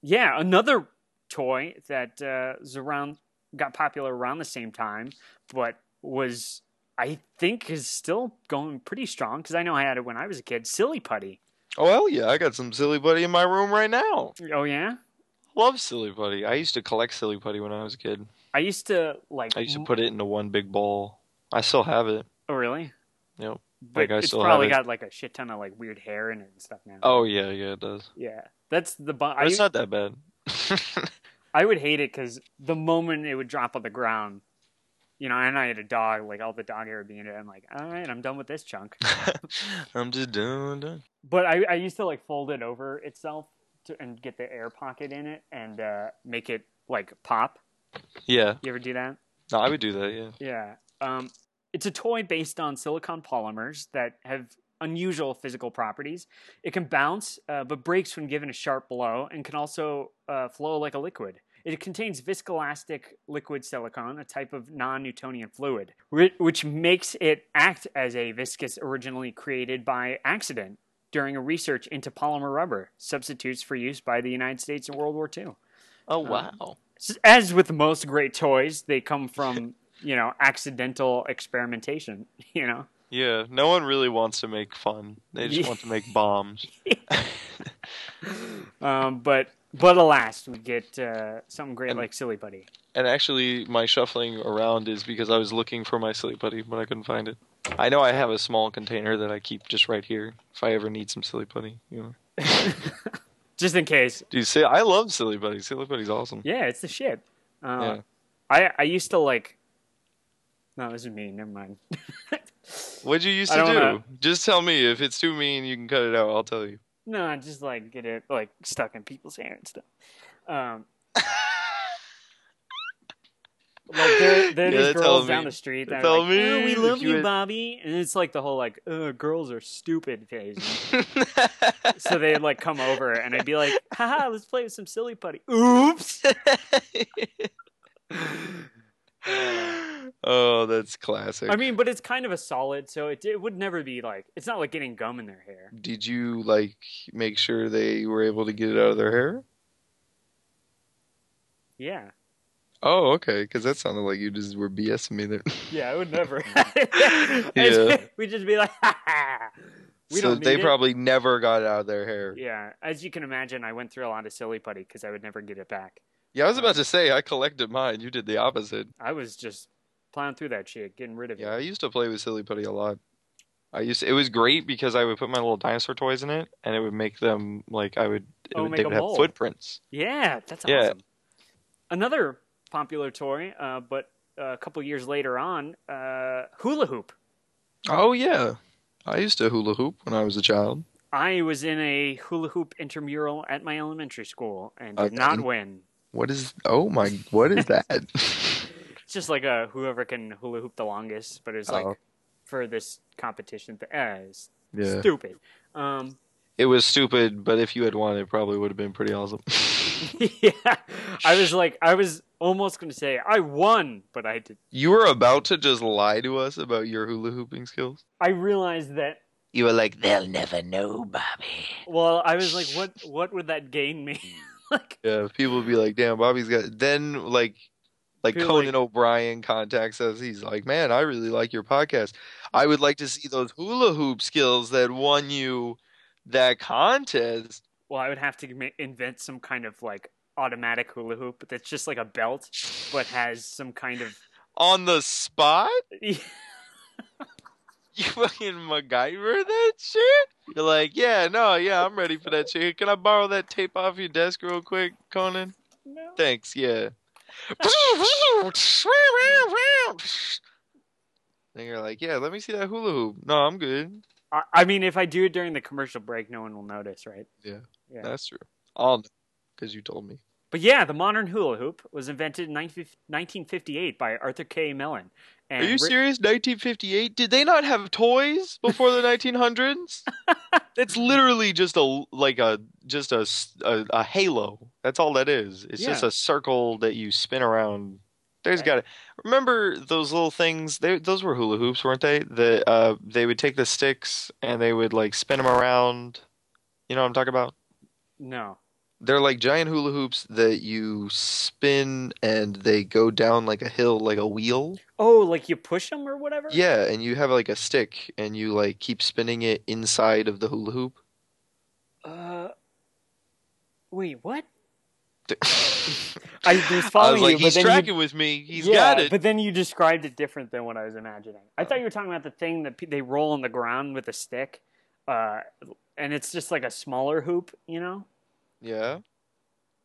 yeah, another toy that uh, was around, got popular around the same time, but was, I think, is still going pretty strong. Because I know I had it when I was a kid. Silly Putty.
Oh hell yeah! I got some silly putty in my room right now.
Oh, yeah?
Love silly putty. I used to collect silly putty when I was a kid.
I used to like.
I used to put it into one big bowl. I still have it.
Oh, really?
Yep.
But
Like, I
it's
still
probably
have
got like a shit ton of like weird hair in it and stuff now.
Oh yeah, yeah, it does.
Yeah, that's the. Bu-
But
I
it's not that bad.
I would hate it because the moment it would drop on the ground, you know, and I had a dog, like all the dog hair would be in it. I'm like, all right, I'm done with this chunk.
I'm just done. done.
but I, I used to like fold it over itself to, and get the air pocket in it and uh, make it like pop.
Yeah,
You ever do that?
no, I would do that. Yeah,
Yeah. Um, it's a toy based on silicon polymers that have unusual physical properties. It can bounce, uh, but breaks when given a sharp blow, and can also uh, flow like a liquid. It contains viscoelastic liquid silicon, a type of non Newtonian fluid, whi- which makes it act as a viscous originally created by accident during a research into polymer rubber, substitutes for use by the United States in World War II
Oh wow.
s- as with most great toys, they come from you know accidental experimentation. You know,
Yeah, no one really wants to make fun. They just
Yeah.
want to make bombs.
um, but but alas, we get uh, something great like Silly Buddy.
And actually, my shuffling around is because I was looking for my silly putty, but I couldn't find it. I know I have a small container that I keep just right here if I ever need some silly putty. You know,
Just in case,
dude, say I love silly putty. Silly putty's awesome.
yeah, it's the shit. Um,
Yeah.
I I used to like. No, this is me. Never mind.
What'd you used
I
to do?
don't wanna-
Just tell me if it's too mean. You can cut it out. I'll tell you.
no, I just like get it like stuck in people's hair and stuff. Um, like there, there are
Yeah,
these
they're
girls
telling
down
me-
the street
they're
that are like,
telling
"Oh,
me
we
if
love
you
you,
had-
Bobby, and it's like the whole like, "Oh, girls are stupid" phase. so they'd like come over, and I'd be like, "Haha, let's play with some silly putty." Oops.
oh, that's classic.
I mean, but it's kind of a solid, so it, it would never be like it's not like getting gum in their hair.
did you like make sure they were able to get it out of their hair?
Yeah.
Oh, okay. Because that sounded like you just were BSing me there.
Yeah, I would never.
Yeah.
We'd just be like, ha ha. We
so
don't need
they
it.
probably never got it out of their hair. Yeah.
Yeah, as you can imagine, I went through a lot of silly putty because I would never get it back.
I was about to say I collected mine. You did the opposite.
I was just plowing through that shit, getting rid of
Yeah, I
it.
used to play with silly putty a lot. I used it was great because I would put my little dinosaur toys in it, and it would make them like I would. It
Oh,
would,
make
they
a
would have
mold.
footprints.
Yeah, that's
Yeah.
awesome. Another popular toy, uh, but uh, a couple years later on, uh, hula hoop.
Oh yeah, I used to hula hoop when I was a child.
I was in a hula hoop intramural at my elementary school and did
Okay.
not win.
What is? Oh my! What is that?
It's just like a whoever can hula hoop the longest, but it's like
Oh.
for this competition. Th- uh, it's
yeah,
Stupid. Um,
it was stupid. But if you had won, it probably would have been pretty awesome.
yeah, I was like, I was almost going to say I won, but I did.
you were about to just lie to us about your hula hooping skills.
I realized that.
You were like, "They'll
never know, Bobby.
Well, I was like, what? What would that gain me? like,
Yeah, people would be like, "Damn, Bobby's got." Then like, like
People
Conan
like-
O'Brien contacts us. He's like, "Man, I really like your podcast. I would like to see those hula hoop skills that won you that contest."
well, I would have to ma- invent some kind of like automatic hula hoop that's just like a belt, but has some kind of.
On the spot, you fucking MacGyver that shit. You're like, yeah, no, yeah, I'm ready for that shit. Can I borrow that tape off your desk real quick, Conan?
No.
Thanks, yeah. And you're like, yeah, let me see that hula hoop. No, I'm good.
I, I mean, if I do it during the commercial break, no one will notice, right?
Yeah.
Yeah.
That's true. I'll know because you told me.
But yeah, the modern hula hoop was invented in 19, 1958 by Arthur K. Mellon. And
Are you
ri-
serious? 1958? Did they not have toys before the 1900s? It's literally just a like a just a s- a- a halo. That's all that is. It's just
Yeah.
a circle that you spin around. There's got to remember those little things. They, those were hula hoops, weren't they? That uh, they would take the sticks and they would like spin them around. You know what I'm talking about?
No.
They're like giant hula hoops that you spin and they go down like a hill, like a wheel.
Oh, like you push them or whatever?
Yeah, and you have like a stick and you like keep spinning it inside of the hula hoop.
Uh, wait, what?
I
I was following
was like,
you,
he's
but then
tracking
you,
with me. He's
yeah,
got it. Oh.
But then you described it different than what I was imagining. I thought you were talking about the thing that pe- they roll on the ground with a stick, uh, and it's just like a smaller hoop, you know.
Yeah.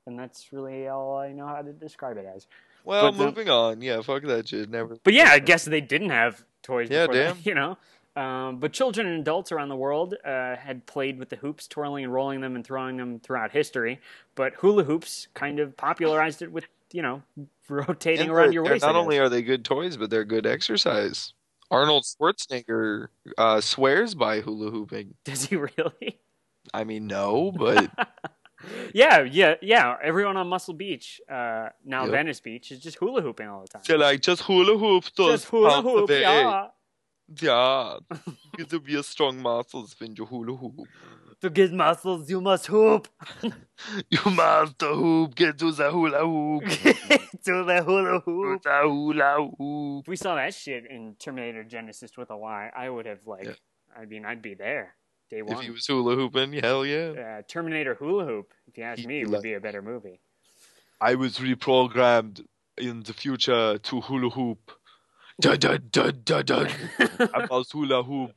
And that's really all I know how to describe it as.
Well,
But the-
moving on. Yeah, fuck that shit. Never.
But yeah, I guess they didn't have toys.
Yeah,
before That, you know. Um, but children and adults around the world uh, had played with the hoops, twirling and rolling them and throwing them throughout history. But hula hoops kind of popularized it with you know rotating
And
around
they're-
your
they're
waist.
Not
I
only
guess.
are they good toys, but they're good exercise. Arnold Schwarzenegger uh, swears by hula hooping.
does he really?
I mean, no, but
yeah, yeah, yeah. Everyone on Muscle Beach, uh, now
Yep.
Venice Beach, is just hula hooping all the time.
they're like just hula hoop. those
just hula
pounds of
hoop,
the
yeah.
Yeah. Because of your strong muscles when you hula hoop.
To get muscles, you must hoop.
You must hoop, get to the hula hoop.
to the hula hoop.
to the hula hoop.
if we saw that shit in Terminator Genesis with a Y, I would have like,
Yeah.
I mean, I'd be there day
If
one.
he was hula hooping, hell yeah.
uh, Terminator Hula Hoop, if you ask
He'd
me,
be
would
like-
be a better movie.
I was reprogrammed in the future to hula hoop. Dun, dun, dun, dun, dun. I must hula hoop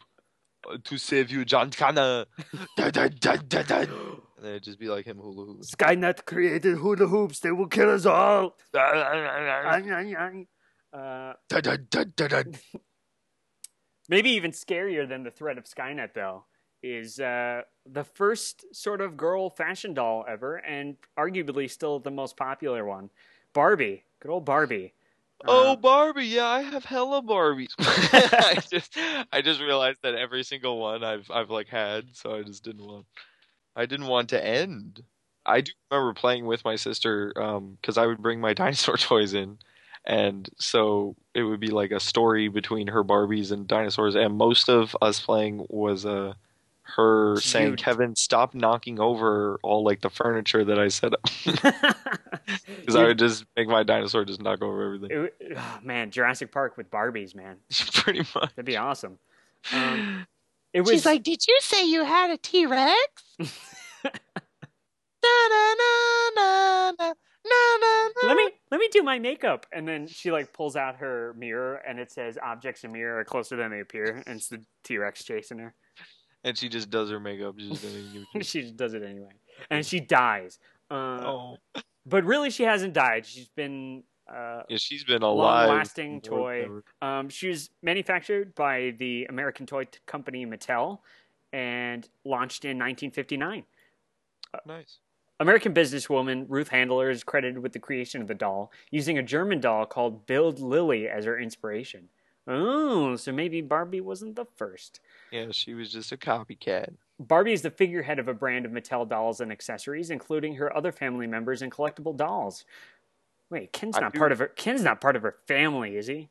uh, to save you, John Connor. Dun, dun, dun, dun, dun. And then it'd just be like him hula hoop.
Skynet created hula hoops. They will kill us all. Uh,
Dun, dun, dun, dun, dun.
maybe even scarier than the threat of Skynet, though, is uh, the first sort of girl fashion doll ever, and arguably still the most popular one, Barbie. Good old Barbie. Uh-huh.
Oh, Barbie! Yeah, I have hella Barbies. I just, I just realized that every single one I've, I've like had, so I just didn't want, I didn't want to end. I do remember playing with my sister, um, because I would bring my dinosaur toys in, and so it would be like a story between her Barbies and dinosaurs, and most of us playing was uh, her saying,
Cute.
"Kevin, stop knocking over all like the furniture that I set up."
Uh,
Because I would just make my dinosaur just knock over everything.
It w- oh, man, Jurassic Park with Barbies, man,
Pretty much.
that'd be awesome. Um, it was
She's like, "Did you say you had a T Rex?"
let
"Ah."
me let me do my makeup and then she like pulls out her mirror and it says objects in mirror are closer than they appear and it's the t-rex chasing her
And she just does her makeup. She just doesn't even give a shit.
she does it anyway and she dies uh,
Oh.
but really she hasn't died she's been uh,
Yeah, she's been alive.
Long-lasting
more
toy.
than ever.
um, she was manufactured by the american toy t- company mattel and launched in 1959
Nice.
American businesswoman Ruth Handler is credited with the creation of the doll, using a German doll called Build Lily as her inspiration. Oh, so maybe Barbie wasn't the first.
Yeah, she was just a copycat.
Barbie is the figurehead of a brand of Mattel dolls and accessories, including her other family members and collectible dolls. Wait, Ken's
I
not
do-
part of her. Ken's not part of her family, is he?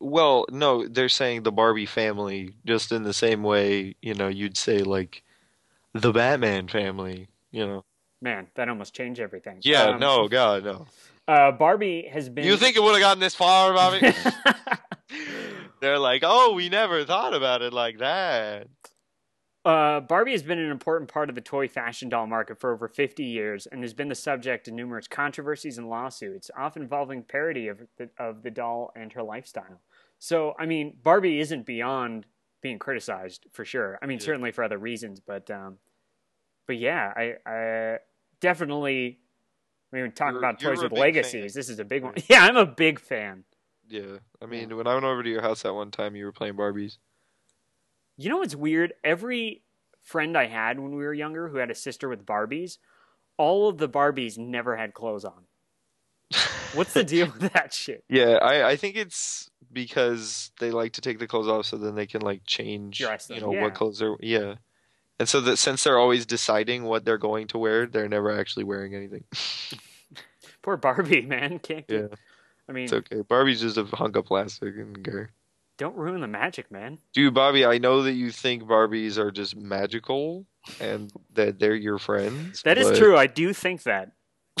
Well, no, they're saying the Barbie family, just in the same way, you know, you'd say like the Batman family, you know.
Man, that almost changed everything.
Yeah,
Um,
no, God, no.
Uh, Barbie has been.
You think it would have gotten this far, Bobby? they're like, oh, we never thought about it like that.
Uh, Barbie has been an important part of the toy fashion doll market for over 50 years and has been the subject of numerous controversies and lawsuits, often involving parody of the, of the doll and her lifestyle. So, I mean, Barbie isn't beyond being criticized for sure. I mean,
Yeah.
certainly for other reasons, but um, but yeah, I, I definitely. I mean, we talk
You're-
about
you're
toys
a
with
big
legacies. This is a big one. Yeah, I'm a big fan.
Yeah, I mean, when I went over to your house that one time, you were playing Barbies.
You know what's weird? Every friend I had when we were younger who had a sister with Barbies, all of the Barbies never had clothes on. What's the deal with that shit?
Yeah, I, I think it's because they like to take the clothes off so then they can like change,
Dress
you
them,
know,
yeah.
what clothes they're yeah. And so that since they're always deciding what they're going to wear, they're never actually wearing anything.
Mm. Poor Barbie, man. Can't keep- I mean,
It's okay. Barbie's just a hunk of plastic and gar.
don't ruin the magic, man.
Dude, Bobby, I know that you think Barbies are just magical and that they're your friends.
That is
but-
true. I do think that.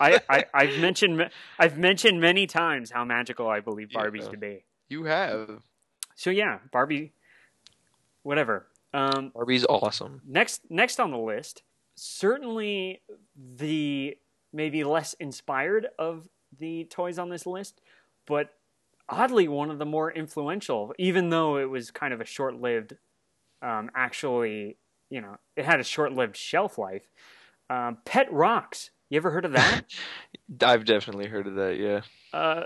I, I I've mentioned ma- I've mentioned many times how magical I believe Barbies
Yeah.
to be.
you have.
So yeah, Barbie whatever. Um
Barbie's awesome.
next next on the list certainly the maybe less inspired of the toys on this list but oddly one of the more influential even though it was kind of a short-lived um, actually you know it had a short-lived shelf life um, pet rocks you ever heard of that
I've definitely heard of that, yeah.
uh,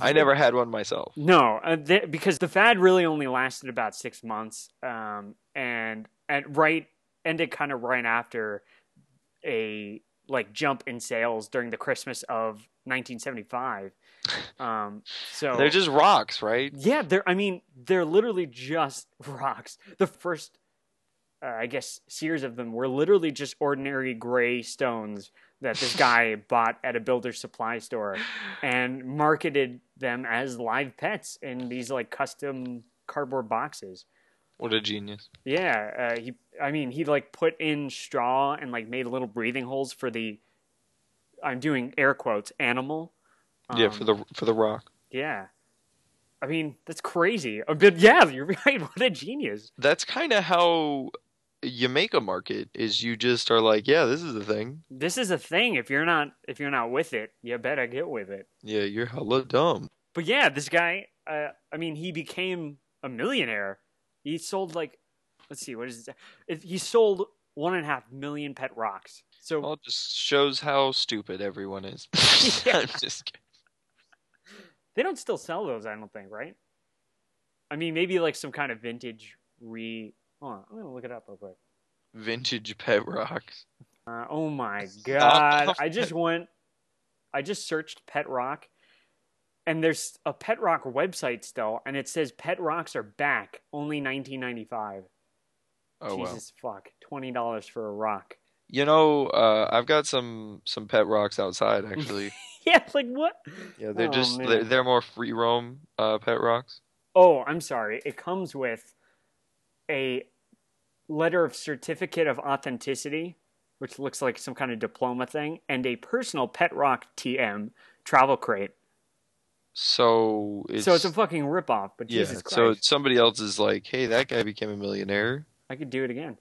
I never had one myself.
no, uh, th- because the fad really only lasted about six months, um, and and right ended kind of right after a like jump in sales during the Christmas of 1975. Um, so
They're just rocks, right?
yeah, they're I mean they're literally just rocks. The first, uh, I guess, series of them were literally just ordinary gray stones that this guy bought at a builder's supply store and marketed them as live pets in these like custom cardboard boxes.
What a genius.
Yeah, uh, he. I mean, he like put in straw and like made little breathing holes for the. I'm doing air quotes animal.
yeah,
Um,
for the for the rock.
yeah. I mean, that's crazy. Uh, But yeah, you're right. What a genius.
That's kind of how you make a market is you just are like, yeah, this is the thing.
This is a thing. If you're not, if you're not with it, you better get with it.
Yeah, you're hella dumb.
But yeah, this guy. Uh, I mean, he became a millionaire. He sold like, let's see, what is it? If he sold one and a half million pet rocks. So
Well, it just shows how stupid everyone is.
Yeah.
I'm just kidding.
They don't still sell those, I don't think, right? I mean, maybe like some kind of vintage re. Hold on, I'm gonna look it up real quick.
Vintage pet rocks.
Uh, oh my
Stop.
god! I just went, I just searched Pet Rock, and there's a Pet Rock website still, and it says Pet Rocks are back, only 1995.
Oh wow.
Jesus fuck, twenty dollars for a rock.
You know, uh, I've got some some pet rocks outside actually.
Yeah, it's like what?
Yeah, they're
Oh,
just
man.
they're, they're more free roam uh, pet rocks.
Oh, I'm sorry. It comes with a letter of certificate of authenticity which looks like some kind of diploma thing, and a personal Pet Rock TM travel crate.
So it's,
so it's a fucking ripoff, but
yeah.
Jesus Christ.
So somebody else is like, hey, that guy became a millionaire.
I could do it again.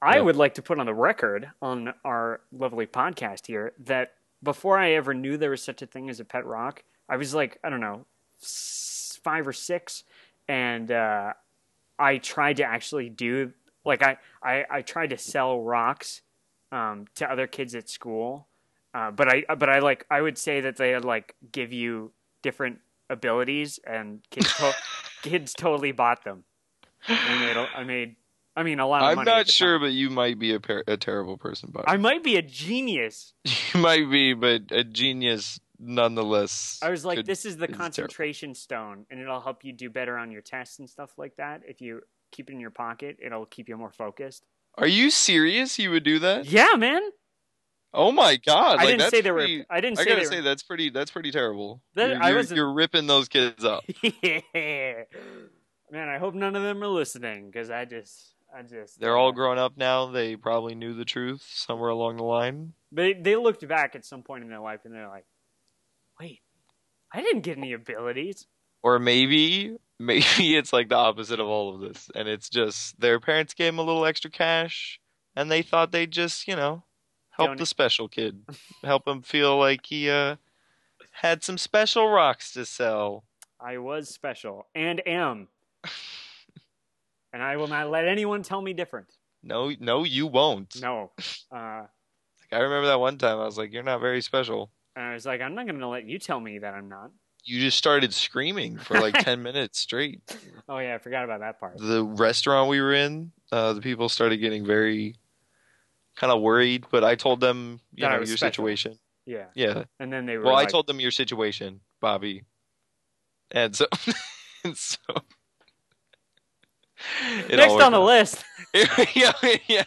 I
Yeah.
would like to put on the record on our lovely podcast here that before I ever knew there was such a thing as a pet rock, I was like, I don't know, s- five or six, and uh, I tried to actually do like I I, I tried to sell rocks um, to other kids at school, uh, but I but I like I would say that they would like give you different abilities, and kids to- kids totally bought them. I made, a, I made, I mean, a lot of
I'm
money. at
not
the
sure,
time.
but you might be a, par- a terrible person, Bob.
I might be a genius.
you might be, but a genius nonetheless.
I was like,
Could-
this is the
it's terrible.
concentration stone, and it'll help you do better on your tests and stuff like that. If you keep it in your pocket, it'll keep you more focused.
Are you serious? You would do that?
Yeah, man.
Oh my god!
I
like,
didn't
that's
say they were.
pretty,
I didn't
I
say
gotta
they
say
were.
that's pretty. That's pretty terrible.
That-
you're,
I
you're-
wasn't-
you're ripping those kids up.
yeah. Man, I hope none of them are listening because I just, I just.
They're all
uh,
grown up now. They probably knew the truth somewhere along the line.
They they looked back at some point in their life and they're like, wait, I didn't get any abilities.
Or maybe, maybe it's like the opposite of all of this, and it's just their parents gave them a little extra cash, and they thought they'd just, you know, help
Donate.
the special kid, help him feel like he uh, had some special rocks to sell.
I was special and am. and I will not let anyone tell me different.
No, no, you won't.
No. Uh,
Like, I remember that one time I was like, "You're not very special."
and I was like, I'm not going to let you tell me that I'm not.
You just started screaming for like ten minutes straight.
Oh, yeah, I forgot about that part.
the restaurant we were in, uh, the people started getting very kind of worried, but I told them, you
That I
know,
was
your
special.
situation.
Yeah.
Yeah.
And then they were
Well,
like,
I told them your situation, Bobby. And so, and so it all
next
worked
on the
out.
list,
yeah, yeah.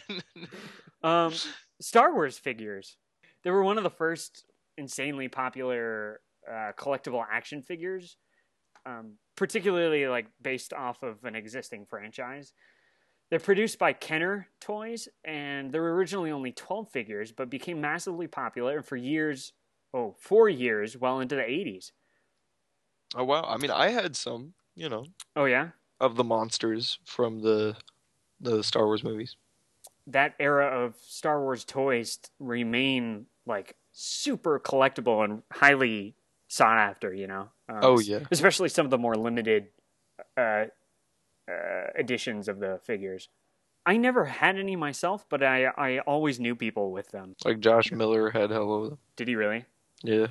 um, Star Wars figures. They were one of the first insanely popular uh, collectible action figures, um, particularly like based off of an existing franchise. They're produced by Kenner Toys, and there were originally only 12 figures, but became massively popular for years, oh, four years, well into the 80s.
Oh wow. I mean, I had some, you know,
Oh, yeah?
of the monsters from the the Star Wars movies.
that era of Star Wars toys t- remain like super collectible and highly sought after, you know. Um,
Oh, yeah.
especially some of the more limited uh, uh, editions of the figures. I never had any myself, but I I always knew people with them.
Like Josh Miller had hell of them.
Did he really?
Yeah.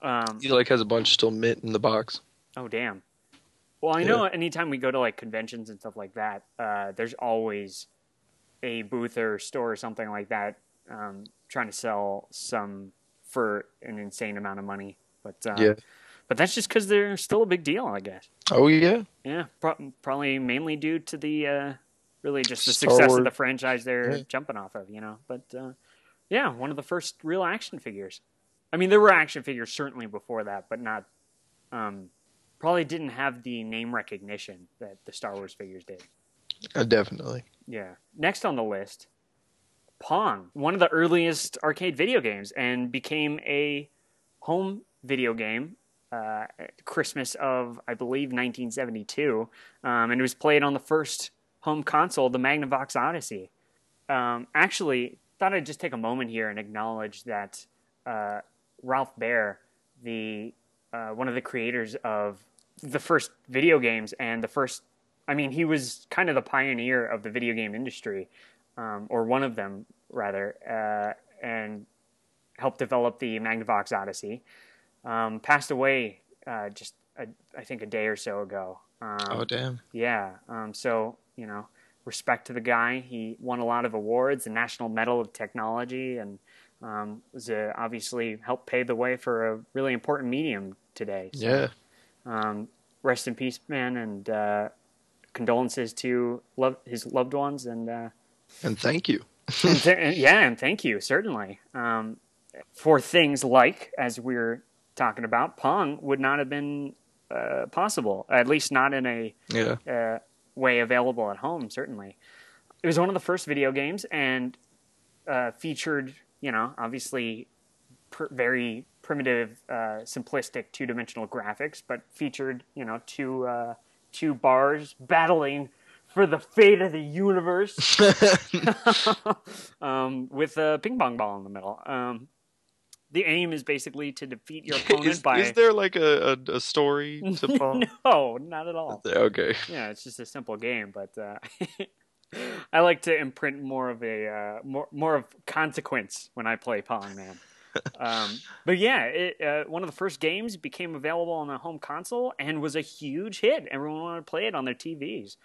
Um,
He like has a bunch still mint in the box.
Oh damn. Well, I know anytime we go to like conventions and stuff like that, uh, there's always a booth or store or something like that um, trying to sell some for an insane amount of money. But uh,
Yeah.
but that's just because they're still a big deal, I guess.
Oh yeah.
Yeah, pro- probably mainly due to the uh, really just the
Star
success
Wars.
of the franchise they're
Yeah.
jumping off of, you know. But uh, yeah, one of the first real action figures. I mean, there were action figures certainly before that, but not um, probably didn't have the name recognition that the Star Wars figures did.
Uh, definitely.
Yeah. Next on the list, Pong, one of the earliest arcade video games, and became a home video game uh, at Christmas of, I believe, 1972. Um, and it was played on the first home console, the Magnavox Odyssey. Um, actually, thought I'd just take a moment here and acknowledge that uh, Ralph Baer, the uh, one of the creators of the first video games and the first I mean, he was kind of the pioneer of the video game industry, um, or one of them rather, uh, and helped develop the Magnavox Odyssey. Um, passed away uh, just a, I think a day or so ago. Um,
Oh damn.
yeah. Um, so, you know, respect to the guy. He won a lot of awards, the National Medal of Technology, and um, was uh obviously helped pave the way for a really important medium today. So,
Yeah.
um, rest in peace, man, and uh, condolences to love, his loved ones, and, uh,
And thank you.
and th- and- yeah, and thank you certainly um, for things like as we're talking about Pong would not have been uh, possible, at least not in a
Yeah.
uh, way available at home, certainly. It was one of the first video games, and uh, featured, you know, obviously pr- very primitive, uh, simplistic two dimensional graphics, but featured, you know, two uh, two bars battling for the fate of the universe um, with a ping pong ball in the middle. Um, the aim is basically to defeat your opponent
is,
by.
is there like a, a, a story to Pong?
no, not at all
Okay.
yeah, it's just a simple game, but uh, I like to imprint more of a uh, more more of consequence when I play Pong Man. Um, but yeah, it, uh, one of the first games became available on the home console and was a huge hit. Everyone wanted to play it on their TVs.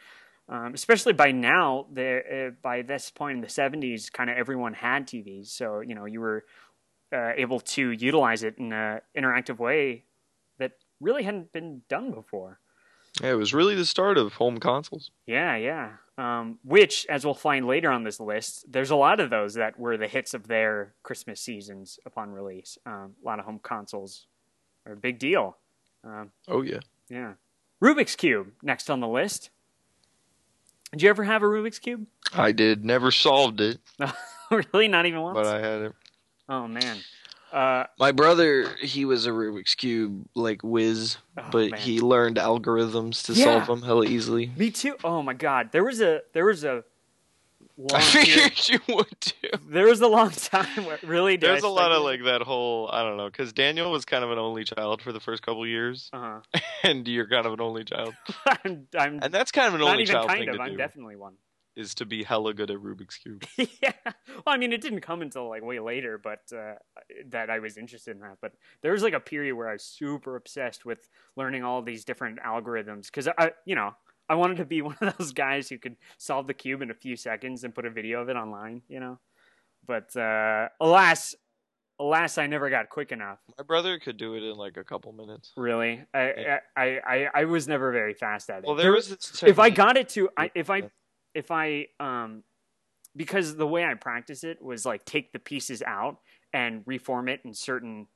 Um, especially by now, the, uh, by this point in the 70s, kind of everyone had TVs, so you know you were uh, able to utilize it in an interactive way that really hadn't been done before.
Yeah, it was really the start of home consoles.
Yeah, yeah. Um, which, as we'll find later on this list, there's a lot of those that were the hits of their Christmas seasons upon release. Um, a lot of home consoles are a big deal. Um,
Oh yeah.
yeah. Rubik's Cube, next on the list. Did you ever have a Rubik's Cube?
I did. Never solved it,
really? Not even once?
but I had it.
Oh, man. Uh,
My brother, he was a Rubik's cube like whiz,
Oh,
but
man.
he learned algorithms to
Yeah.
solve them hella easily.
me too. Oh, my God. There was a. There was a. Long
I
period-
figured you would too.
there was a long time where it really did. I
There's a lot
struggle-
of like that whole I don't know because Daniel was kind of an only child for the first couple years,
Uh-huh.
and you're kind of an only child,
I'm, I'm
and that's kind of an
not
only
even
child
kind
thing
of.
to
I'm
do
definitely one.
is to be hella good at Rubik's cube.
yeah. Well, I mean, it didn't come until like way later, but uh, that I was interested in that. But there was like a period where I was super obsessed with learning all these different algorithms because I, you know, I wanted to be one of those guys who could solve the cube in a few seconds and put a video of it online, you know. But uh, alas, alas, I never got quick enough.
My brother could do it in like a couple minutes.
Really, I,
Yeah.
I, I, I was never very fast at it.
Well, there, was this
if I
technique-
got it to I, if I if I um because the way I practice it was like take the pieces out and reform it in certain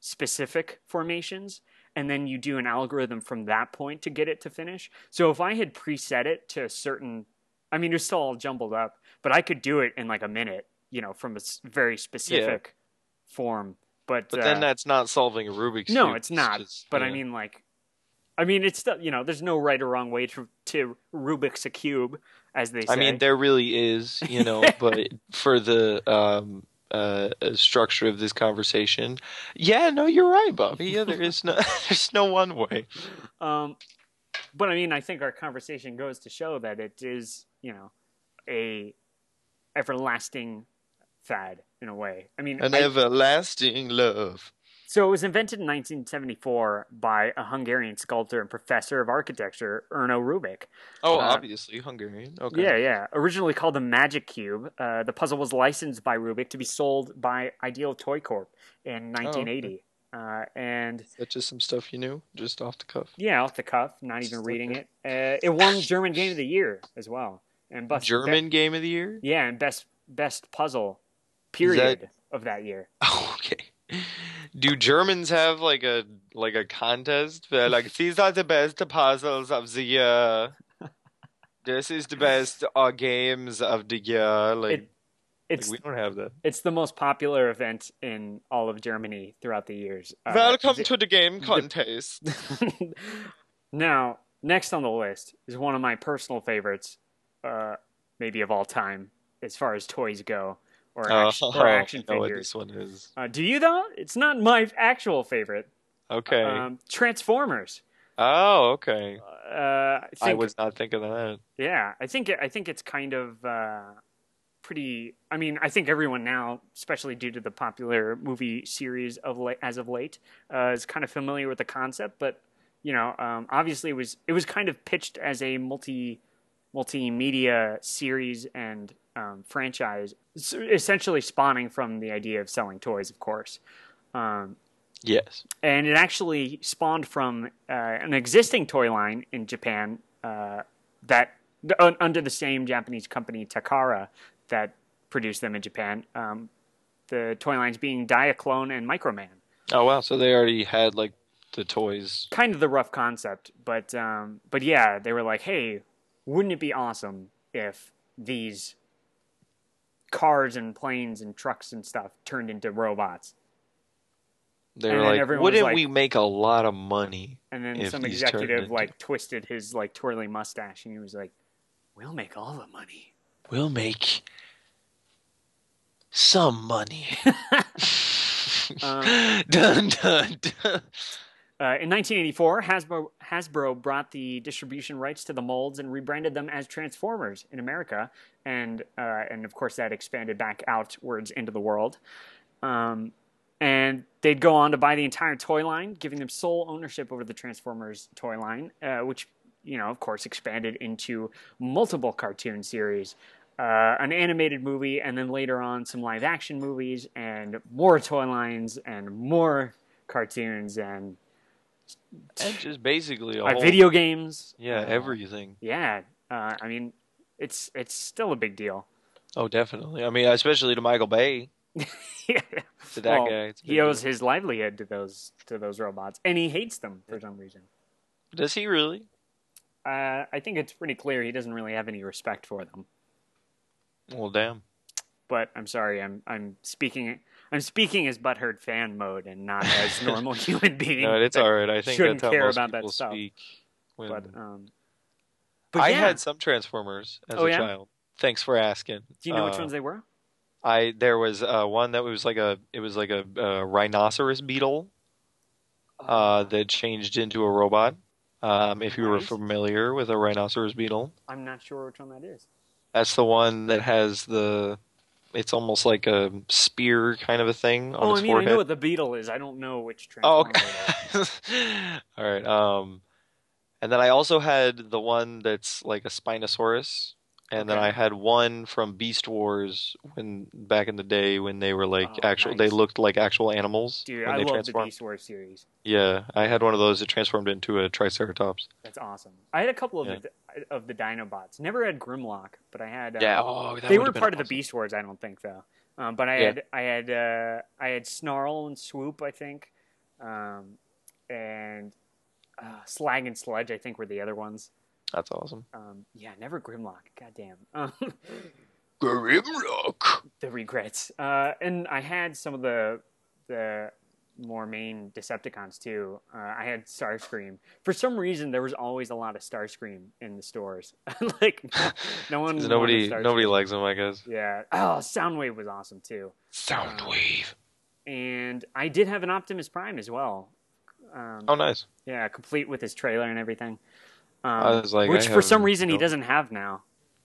specific formations and then you do an algorithm from that point to get it to finish. So if I had preset it to a certain I mean it was still all jumbled up, but I could do it in like a minute, you know, from a s- very specific form. But,
but
uh,
then that's not solving a Rubik's cube.
no, it's not.
just-
but I
yeah.
mean, like, I mean, it's still you know, there's no right or wrong way to to Rubik's a cube, as they say.
I mean, there really is, you know, but for the um, uh,
structure of this conversation. Yeah, no, you're right, Bobby. Yeah, there is no there's no one way.
um, but I mean, I think our conversation goes to show that it is you know a everlasting fad in a way. I mean,
An
I-
everlasting love.
So it was invented in 1974 by a Hungarian sculptor and professor of architecture, Erno Rubik.
Oh,
Uh,
obviously Hungarian. Okay.
Yeah, yeah. Originally called the Magic Cube, uh, the puzzle was licensed by Rubik to be sold by Ideal Toy Corp
Oh,
in 1980. uh, and
That's just some stuff you knew, just off the cuff.
yeah, off the cuff, not even
Just
reading it. Uh, it won German Game of the Year as well, and best
German game of the year.
be- yeah, and best best puzzle period of that year.
Oh, okay. Do Germans have like a like a contest? They're like these are the best puzzles of the year. This is the best uh, games of the year. Like,
It-
like,
It's
we don't have that.
it's the most popular event in all of Germany throughout the years. Uh,
Welcome
the-
to the game contest.
now, next on the list is one of my personal favorites, uh, maybe of all time, as far as toys go, or, action, or action
Oh, I know what
figures.
this one is.
Uh, do you though? It's not my actual favorite.
Okay.
Um, Transformers.
oh, okay.
Uh, I, think,
I was not thinking of that.
Yeah, I think I think it's kind of uh, pretty. I mean, I think everyone now, especially due to the popular movie series of la- as of late, uh, is kind of familiar with the concept. But you know, um, obviously, it was it was kind of pitched as a multi multimedia series and um, franchise, s- essentially spawning from the idea of selling toys, of course. Um,
Yes.
and it actually spawned from uh, an existing toy line in Japan uh, that un- under the same Japanese company Takara that produced them in Japan. Um, the toy lines being Diaclone and Microman.
Oh wow. So they already had like the toys.
Kind of the rough concept, but um, but yeah, they were like, hey, wouldn't it be awesome if these cars and planes and trucks and stuff turned into robots.
They
And
were
then
like,
everyone was
wouldn't
like-
we make a lot of money?
And then
If
some
these turned
executive
into-
like twisted his like twirly mustache and he was like, "We'll make all the money."
We'll make some money.
Um,
dun, dun, dun.
Uh, in 1984, Hasbro, Hasbro brought the distribution rights to the molds and rebranded them as Transformers in America, and uh, and of course that expanded back outwards into the world. Um, and they'd go on to buy the entire toy line, giving them sole ownership over the Transformers toy line, uh, which you know of course expanded into multiple cartoon series. Uh, an animated movie, and then later on some live action movies, and more toy lines, and more cartoons, and
And just basically a
uh,
whole,
video games.
Yeah, everything.
Yeah, uh, I mean, it's it's still a big deal.
Oh, definitely. I mean, especially to Michael Bay,
yeah.
to that
Well,
guy. it's a big
He owes
deal.
his livelihood to those to those robots, and he hates them for some reason.
Does he really?
Uh, I think it's pretty clear he doesn't really have any respect for them.
Well, damn.
But I'm sorry, I'm I'm speaking I'm speaking as butthurt fan mode and not as normal human being.
No, it's all right. I think
shouldn't
that's how
care
most
about that
people
stuff.
speak. When...
But um, but
I
yeah,
had some Transformers as
Oh,
a
yeah?
child. Thanks for asking.
do you know which
Uh,
ones they were?
I there was uh, one that was like a it was like a, uh rhinoceros beetle uh, that changed into a robot. Um, if you were
Ah. Nice.
familiar with a rhinoceros beetle,
I'm not sure which one that is.
that's the one that has the it's almost like a spear kind of a thing on
oh,
its
I mean,
forehead.
I know what the beetle is. I don't know which
Oh,
Transformer.
okay. all right. Um, and then I also had the one that's like a Spinosaurus, and then
Okay.
I had one from Beast Wars when back in the day when they were like
Oh,
actual,
nice.
they looked like actual animals
Dude,
when
I
they
love the
transformed.
Beast Wars series.
Yeah, I had one of those that transformed into a Triceratops.
That's awesome. I had a couple of
Yeah.
the of the Dinobots. Never had Grimlock, but I had. Uh,
Oh, that
they
would've
were
been
part of the
awesome.
Beast Wars. I don't think though. Um, but I
Yeah.
had I had uh, I had Snarl and Swoop. I think, um, and uh, Slag and Sledge. I think were the other ones.
That's awesome.
Um, yeah, never Grimlock. Goddamn. Um,
Grimlock.
the regrets. Uh, and I had some of the the more main Decepticons too. Uh, I had Starscream. For some reason, there was always a lot of Starscream in the stores. like no, no one. wanted
Nobody,
Starscream.
nobody likes them, I guess.
Yeah. Oh, Soundwave was awesome too.
Soundwave.
And I did have an Optimus Prime as well. Um,
Oh, nice.
Yeah, complete with his trailer and everything. Um,
was like,
which
I
for some
haven't-
reason he
no.
doesn't have now.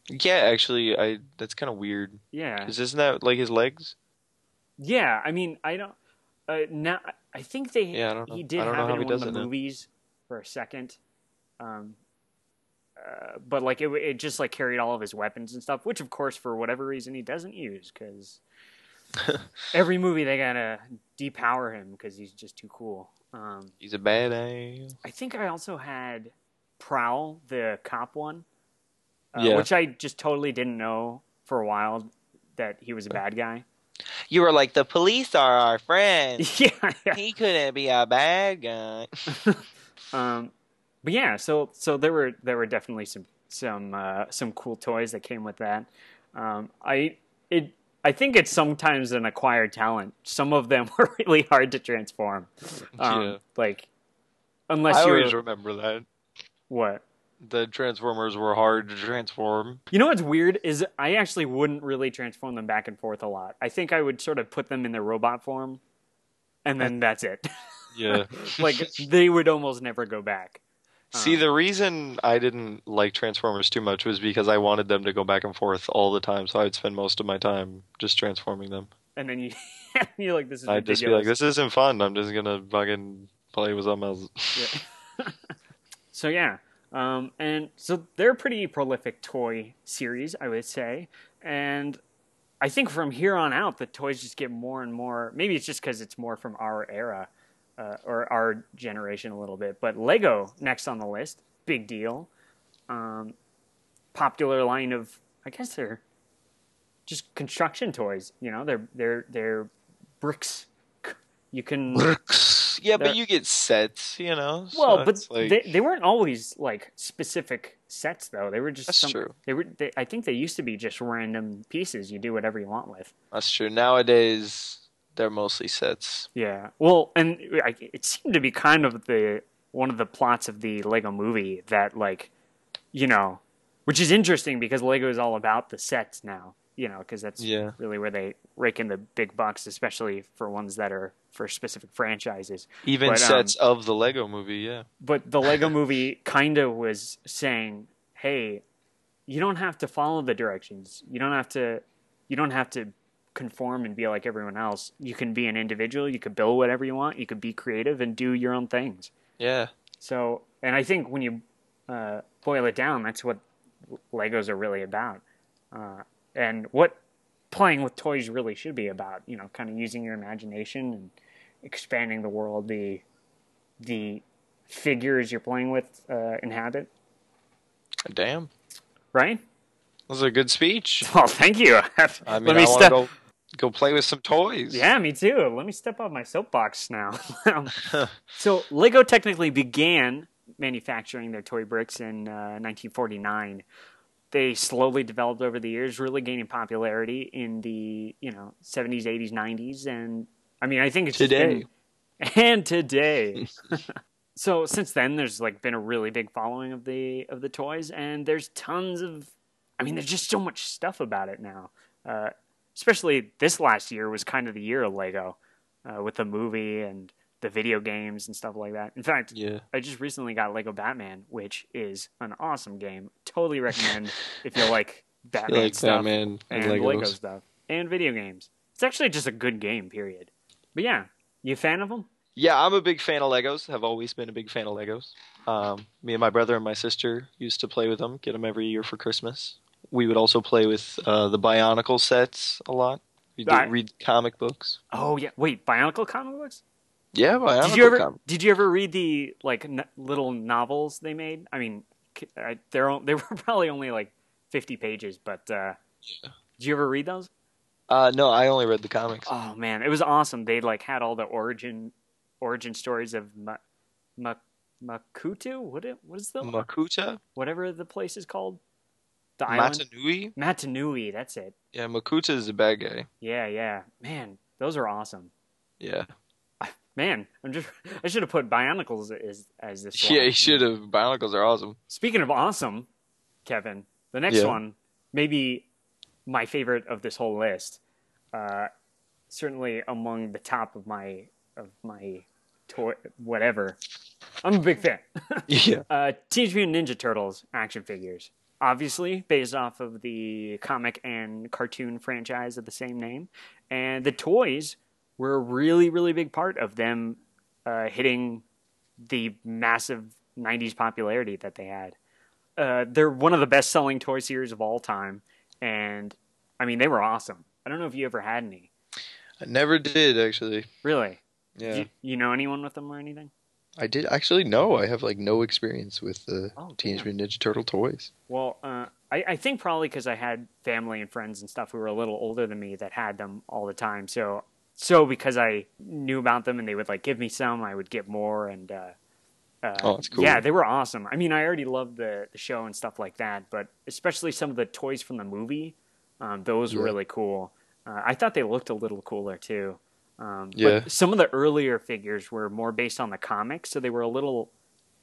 Yeah, actually, I. That's kind of weird.
Yeah.
'Cause isn't that like his legs?
Yeah, I mean, I don't. Uh, now, I think they.
Yeah, I don't know.
He did
I don't know
have
how
it in
he
one of
does
the
it now.
movies for a second, um, uh, but like it, w- it just like carried all of his weapons and stuff, which of course for whatever reason he doesn't use because every movie they gotta depower him because he's just too cool. Um,
He's a badass.
I think I also had Prowl, the cop one, uh,
Yeah.
which I just totally didn't know for a while that he was a bad guy.
You were like, the police are our friends.
yeah, yeah.
he couldn't be a bad guy.
Um, but yeah, so so there were there were definitely some some uh, some cool toys that came with that. Um, I it I think it's sometimes an acquired talent. Some of them were really hard to transform. Um,
Yeah.
Like
I
unless you
always
were
remember that.
what
The Transformers were hard to transform.
you know what's weird is I actually wouldn't really transform them back and forth a lot. I think I would sort of put them in their robot form, and then that's it.
Yeah.
like they would almost never go back.
See, the reason I didn't like Transformers too much was because I wanted them to go back and forth all the time, so I'd spend most of my time just transforming them.
And then you you're like this is
I'd
ridiculous.
just be like, this isn't fun. I'm just going to fucking play with something else.
So yeah, um, and so they're a pretty prolific toy series, I would say, and I think from here on out, the toys just get more and more. Maybe it's just because it's more from our era uh, or our generation a little bit, but Lego next on the list, big deal. Um, popular line of, I guess they're just construction toys. You know, they're they're they're bricks. You can
stuff. Yeah,
They're-
but you get sets, you know. so
Well, but
it's like,
they, they weren't always like specific sets though. They were just
That's
some,
true.
They were. They, I think they used to be just random pieces. You do whatever you want with.
that's true. Nowadays, they're mostly sets.
Yeah. Well, and I, it seemed to be kind of the one of the plots of the Lego Movie that like, you know, which is interesting because Lego is all about the sets now. You know, because that's
Yeah.
really where they rake in the big bucks, especially for ones that are for specific franchises.
Even
But, um,
sets of the Lego movie, yeah.
but the Lego movie kind of was saying, "Hey, you don't have to follow the directions. You don't have to you don't have to conform and be like everyone else. You can be an individual, you could build whatever you want, you could be creative and do your own things."
Yeah.
So, and I think when you uh, boil it down, that's what Legos are really about, uh, and what playing with toys really should be about. You know, kind of using your imagination and expanding the world the the figures you're playing with uh, inhabit.
Damn.
Right?
That was a good speech.
Well, thank you.
I mean,
Let
I
me
want to
step.
go, go play with some toys.
Yeah, me too. Let me step off my soapbox now. Um, so Lego technically began manufacturing their toy bricks in uh, 1949. They slowly developed over the years, really gaining popularity in the you know 70s, 80s, 90s, and I mean I think it's just
Today.
been- and today. so since then, there's like been a really big following of the of the toys, and there's tons of, I mean, there's just so much stuff about it now. Uh, especially this last year was kind of the year of Lego, uh, with the movie and the video games and stuff like that. In fact,
Yeah.
I just recently got Lego Batman, which is an awesome game. Totally recommend if you like
I
Batman
like
stuff
Batman and,
and Lego
Legos.
stuff and video games. It's actually just a good game, period. But yeah, you a fan of them?
Yeah, I'm a big fan of Legos. Have always been a big fan of Legos. Um, me and my brother and my sister used to play with them. Get them every year for Christmas. We would also play with uh, the Bionicle sets a lot. We did
I-
read comic books.
Oh yeah, wait, Bionicle comic books?
Yeah, Bionicle.
did you ever
comic-
did you ever read the like n- little novels they made? I mean, k- I- they're on- they were probably only like 50 pages, but uh Did you ever read those?
Uh, no, I only read the comics.
Oh man, it was awesome. They like had all the origin origin stories of Ma- Ma- Makutu. What it, what is the
Makuta,
whatever the place is called? The island
Matanui.
Matanui. That's it.
Yeah, Makuta is a bad guy.
Yeah, yeah. Man, those are awesome.
Yeah,
Man, I'm just I should have put Bionicles as as this. one.
yeah, he should have. Bionicles are awesome.
Speaking of awesome, Kevin, the next
Yeah.
one, maybe my favorite of this whole list, uh, certainly among the top of my of my toy whatever. I'm a big fan.
Yeah,
Uh, Teenage Mutant Ninja Turtles action figures, obviously based off of the comic and cartoon franchise of the same name, and the toys were a really really big part of them uh, hitting the massive '90s popularity that they had. Uh, they're one of the best selling toy series of all time, and I mean they were awesome. I don't know if you ever had any,
I never did actually.
really.
Yeah,
Do you, you know anyone with them or anything?
I did actually. No, I have like no experience with the
Oh,
Teenage
damn.
Mutant Ninja Turtle toys.
Well, uh, I, I think probably because I had family and friends and stuff who were a little older than me that had them all the time. So, so because I knew about them and they would like give me some, I would get more. And uh, uh,
Oh, that's cool.
Yeah, they were awesome. I mean, I already loved the, the show and stuff like that, but especially some of the toys from the movie, um, those were
Yeah.
really cool. Uh, I thought they looked a little cooler too. Um,
Yeah.
But some of the earlier figures were more based on the comics, so they were a little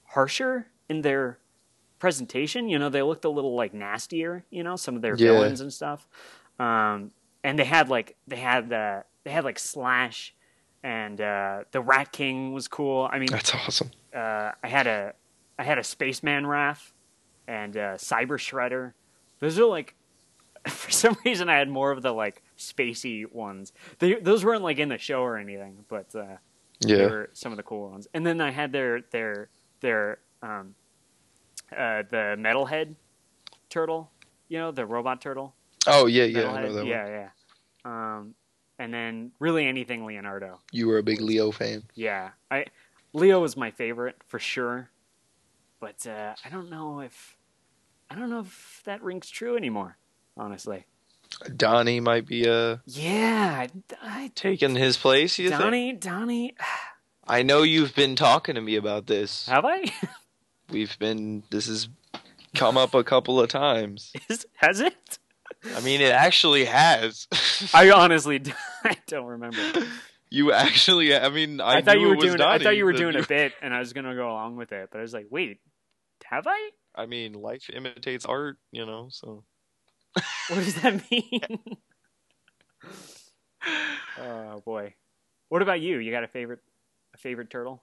harsher in their presentation. You know, they looked a little like nastier. You know, some of their
Yeah.
villains and stuff. Um, and they had like they had the they had like Slash and uh, the Rat King was cool. I mean,
That's awesome.
uh, I had a I had a Spaceman Wrath and uh, Cyber Shredder. Those are like for some reason I had more of the like spacey ones. They, those weren't like in the show or anything, but uh, they
Yeah,
were some of the cool ones. And then I had their their their um, uh, the metalhead turtle, you know, the robot turtle.
Oh yeah, yeah, I
Metalhead.
know that one.
yeah, yeah. Um, and then really anything Leonardo.
You were a big Leo fan.
Yeah, I Leo was my favorite for sure, but uh, I don't know if I don't know if that rings true anymore. Honestly,
Donnie might be uh
yeah, I, I
taking his place. You
Donnie, Donnie,
I know you've been talking to me about this.
Have I?
We've been this has come up a couple of times.
Is, has it?
I mean, it actually has.
I honestly d- I don't remember.
you actually, I mean, I,
I, thought
knew
you
it
were
was
doing I thought
Donnie,
you were
but
doing a bit, and I was gonna go along with it, but I was like, wait, have I?
I mean, life imitates art, you know. So
What does that mean? oh boy. What about you? You got a favorite a favorite turtle?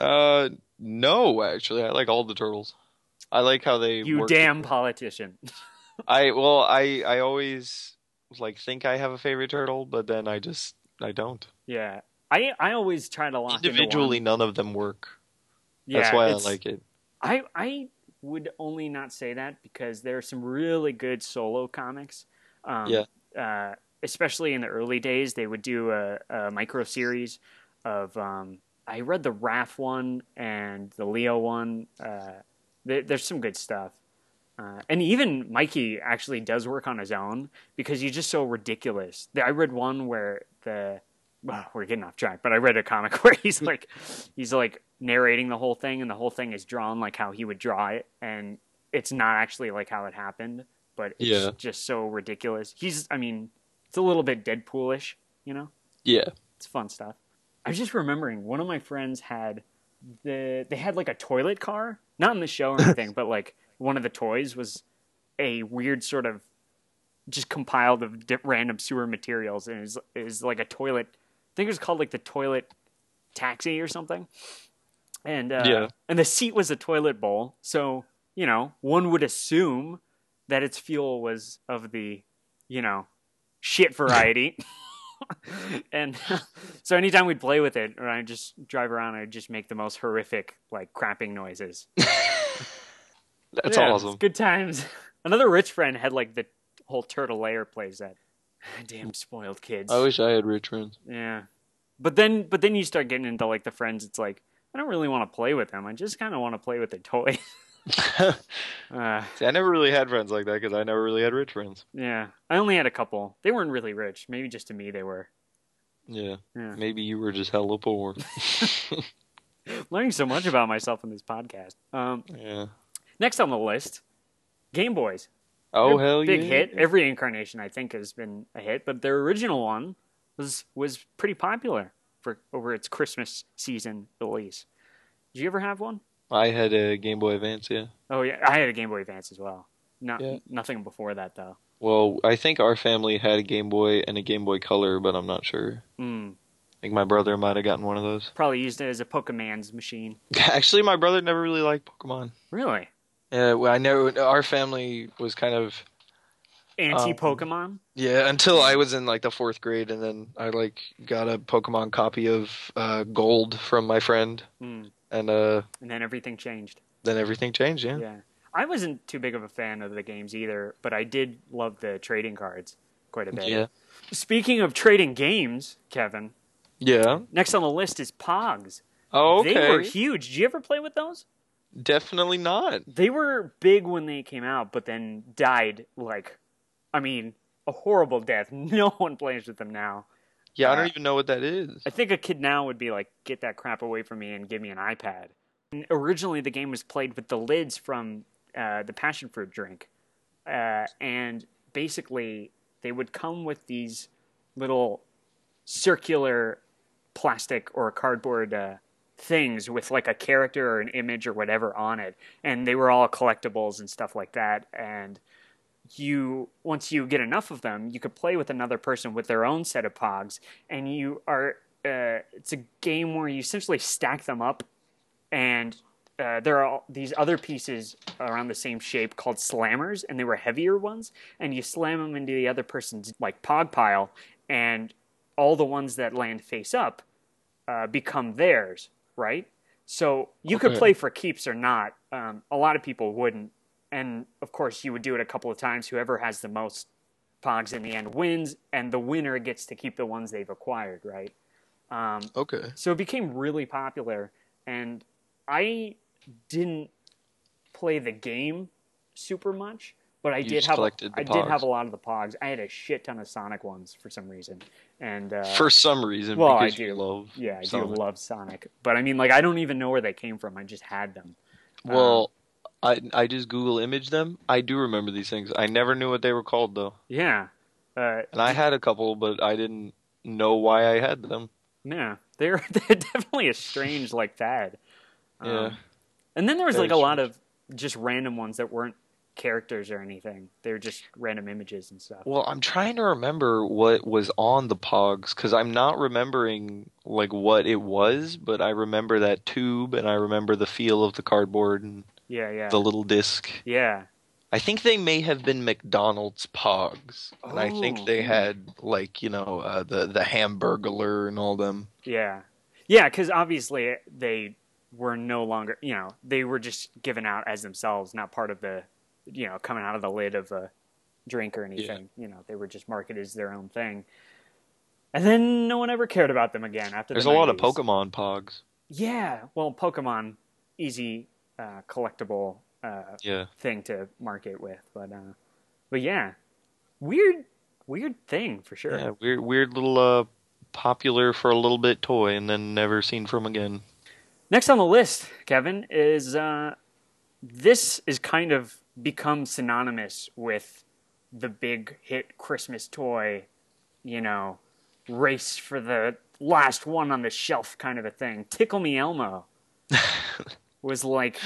Uh, no, actually, I like all the turtles. I like how they.
You
work
damn politician.
I well, I I always like think I have a favorite turtle, but then I just I don't.
Yeah. I I always try to lock into one.
Individually, none of them work.
Yeah,
That's why I
it's-
like it.
I I would only not say that because there are some really good solo comics. Um,
Yeah.
Uh, especially in the early days, they would do a, a micro series of. Um, I read the Raph one and the Leo one. Uh, there, there's some good stuff. Uh, and even Mikey actually does work on his own because he's just so ridiculous. I read one where the well, we're getting off track, but I read a comic where he's like, he's like narrating the whole thing, and the whole thing is drawn like how he would draw it, and it's not actually like how it happened, but it's
Yeah.
just so ridiculous. He's, I mean, it's a little bit Deadpoolish, you know?
Yeah,
It's fun stuff. I was just remembering one of my friends had the they had like a toilet car, not in the show or anything, but like one of the toys was a weird sort of just compiled of di- random sewer materials and is is like a toilet. I think it was called like the toilet taxi or something. And uh,
Yeah.
and the seat was a toilet bowl, so you know one would assume that its fuel was of the you know shit variety. and so anytime we'd play with it, or I'd just drive around, I'd just make the most horrific, like crapping noises.
that's
Yeah, it was
awesome.
Good times. Another rich friend had like the whole turtle layer plays that. Damn spoiled kids.
I wish I had rich friends.
Yeah. But then but then you start getting into like the friends it's like I don't really want to play with them. I just kind of want to play with the toy. uh,
See, I never really had friends like that because I never really had rich friends.
yeah. I only had a couple. They weren't really rich. Maybe just to me they were.
Yeah,
Yeah.
maybe you were just hella poor.
Learning so much about myself in this podcast. Um,
yeah.
next on the list, Game Boys.
Oh
They're a
hell
big
yeah!
hit. Every incarnation I think has been a hit, but their original one was was pretty popular for over its Christmas season release. Did you ever have one?
I had a Game Boy Advance. Yeah.
Oh yeah, I had a Game Boy Advance as well. Not
Yeah.
nothing before that though.
Well, I think our family had a Game Boy and a Game Boy Color, but I'm not sure.
Mm,
I think my brother might have gotten one of those.
probably used it as a Pokemon's machine.
Actually, my brother never really liked Pokemon.
Really?
Um,
Yeah, well, I know our family was kind of
Anti Pokemon?
yeah until I was in like the fourth grade, and then I like got a Pokemon copy of uh, Gold from my friend,
Mm.
and uh,
And then everything changed.
then everything changed. Yeah,
Yeah. I wasn't too big of a fan of the games either, but I did love the trading cards quite a bit.
yeah,
Speaking of trading games, Kevin,
Yeah.
Next on the list is Pogs.
Oh, okay.
They were huge. Did you ever play with those?
Definitely not.
They were big when they came out, but then died like, I mean, a horrible death. No one plays with them now.
Yeah, I
Uh,
don't even know what that is.
I think a kid now would be like, get that crap away from me and give me an iPad. And originally, the game was played with the lids from uh, the passion fruit drink. Uh, and basically, they would come with these little circular plastic or cardboard uh, things with like a character or an image or whatever on it. And they were all collectibles and stuff like that. And you once you get enough of them, you could play with another person with their own set of pogs, and you are. Uh, it's a game where you essentially stack them up, and uh, there are all these other pieces around the same shape called slammers, and they were heavier ones, and you slam them into the other person's like pog pile, and all the ones that land face up uh, become theirs, right? So you could
Okay.
play for keeps or not. Um, a lot of people wouldn't, and of course you would do it a couple of times. Whoever has the most pogs in the end wins, and the winner gets to keep the ones they've acquired, right? Um,
okay.
so it became really popular, and I didn't play the game super much, But I
You
did
just
have I
collected the
did have
Pogs.
a lot of the Pogs. I had a shit ton of Sonic ones for some reason, and uh,
For some reason,
well, I
because you
do.
love.
yeah, I
Sonic.
do love Sonic. But I mean, like, I don't even know where they came from. I just had them. Um,
Well, I I just Google image them. I do remember these things. I never knew what they were called though,
Yeah, uh,
and I had a couple, but I didn't know why I had them.
yeah, they're they're definitely a strange like that.
Yeah.
and then there was
Very
like a lot of just random ones that weren't characters or anything. They were just random images and stuff.
Well, I'm trying to remember what was on the Pogs because I'm not remembering like what it was, but I remember that tube and I remember the feel of the cardboard and
Yeah, yeah,
the little disc.
yeah.
I think they may have been McDonald's Pogs, and I
Oh.
think they had like you know uh, the the Hamburglar and all them.
Yeah. Yeah, because obviously they were no longer, you know, they were just given out as themselves, not part of the, you know, coming out of the lid of a drink or anything. You know, they were just marketed as their own thing. And then no one ever cared about them again after
There's
the
a lot of
90s.
Pokemon Pogs.
Yeah. Well, Pokemon, easy uh, collectible uh,
Yeah.
thing to market with. But, uh, but yeah, weird, weird thing for sure.
Yeah, weird, weird little uh, popular for a little bit toy, and then never seen from again.
Next on the list, Kevin, is uh, this is kind of become synonymous with the big hit Christmas toy, you know, race for the last one on the shelf kind of a thing. Tickle Me Elmo was like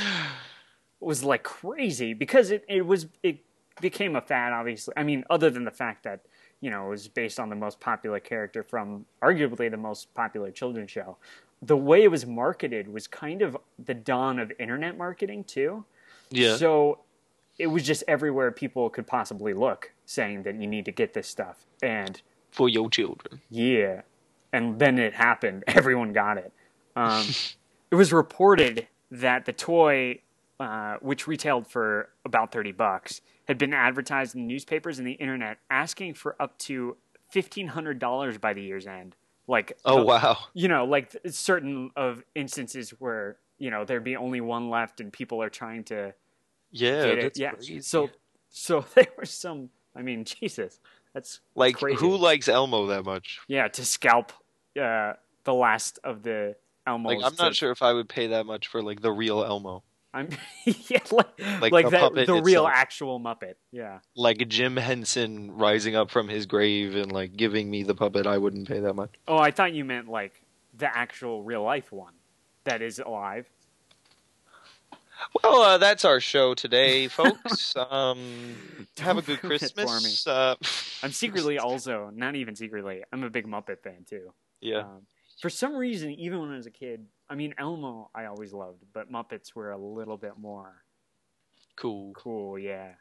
was like crazy because it, it was it became a fad obviously. I mean, other than the fact that, you know, it was based on the most popular character from arguably the most popular children's show the way it was marketed was kind of the dawn of internet marketing too.
Yeah,
So it was just everywhere people could possibly look saying that you need to get this stuff. And
for your children.
yeah. And then it happened. Everyone got it. Um, it was reported that the toy, uh, which retailed for about 30 bucks, had been advertised in newspapers and the internet asking for up to $1,500 by the year's end. Like,
Oh
the-
wow,
you know, like th- certain of instances where you know there'd be only one left and people are trying to
yeah,
get it.
that's
Yeah,
crazy.
so so there were some. I mean, Jesus, that's
like,
crazy.
who likes Elmo that much?
yeah to scalp uh, the last of the Elmos.
Like, I'm
to-
not sure if I would pay that much for like the real Elmo,
I'm yeah, like like,
Like the
that the
puppet
real
itself.
actual Muppet. Yeah,
like Jim Henson rising up from his grave and like giving me the puppet. I wouldn't pay that much.
Oh, I thought you meant like the actual real life one that is alive.
Well, uh, that's our show today, folks. um, have a
Don't
good
ruin it for
Christmas. Uh,
I'm secretly also not even secretly. I'm a big Muppet fan too.
yeah.
Um, for some reason, even when I was a kid, I mean, Elmo I always loved, but Muppets were a little bit more
Cool.
cool, yeah.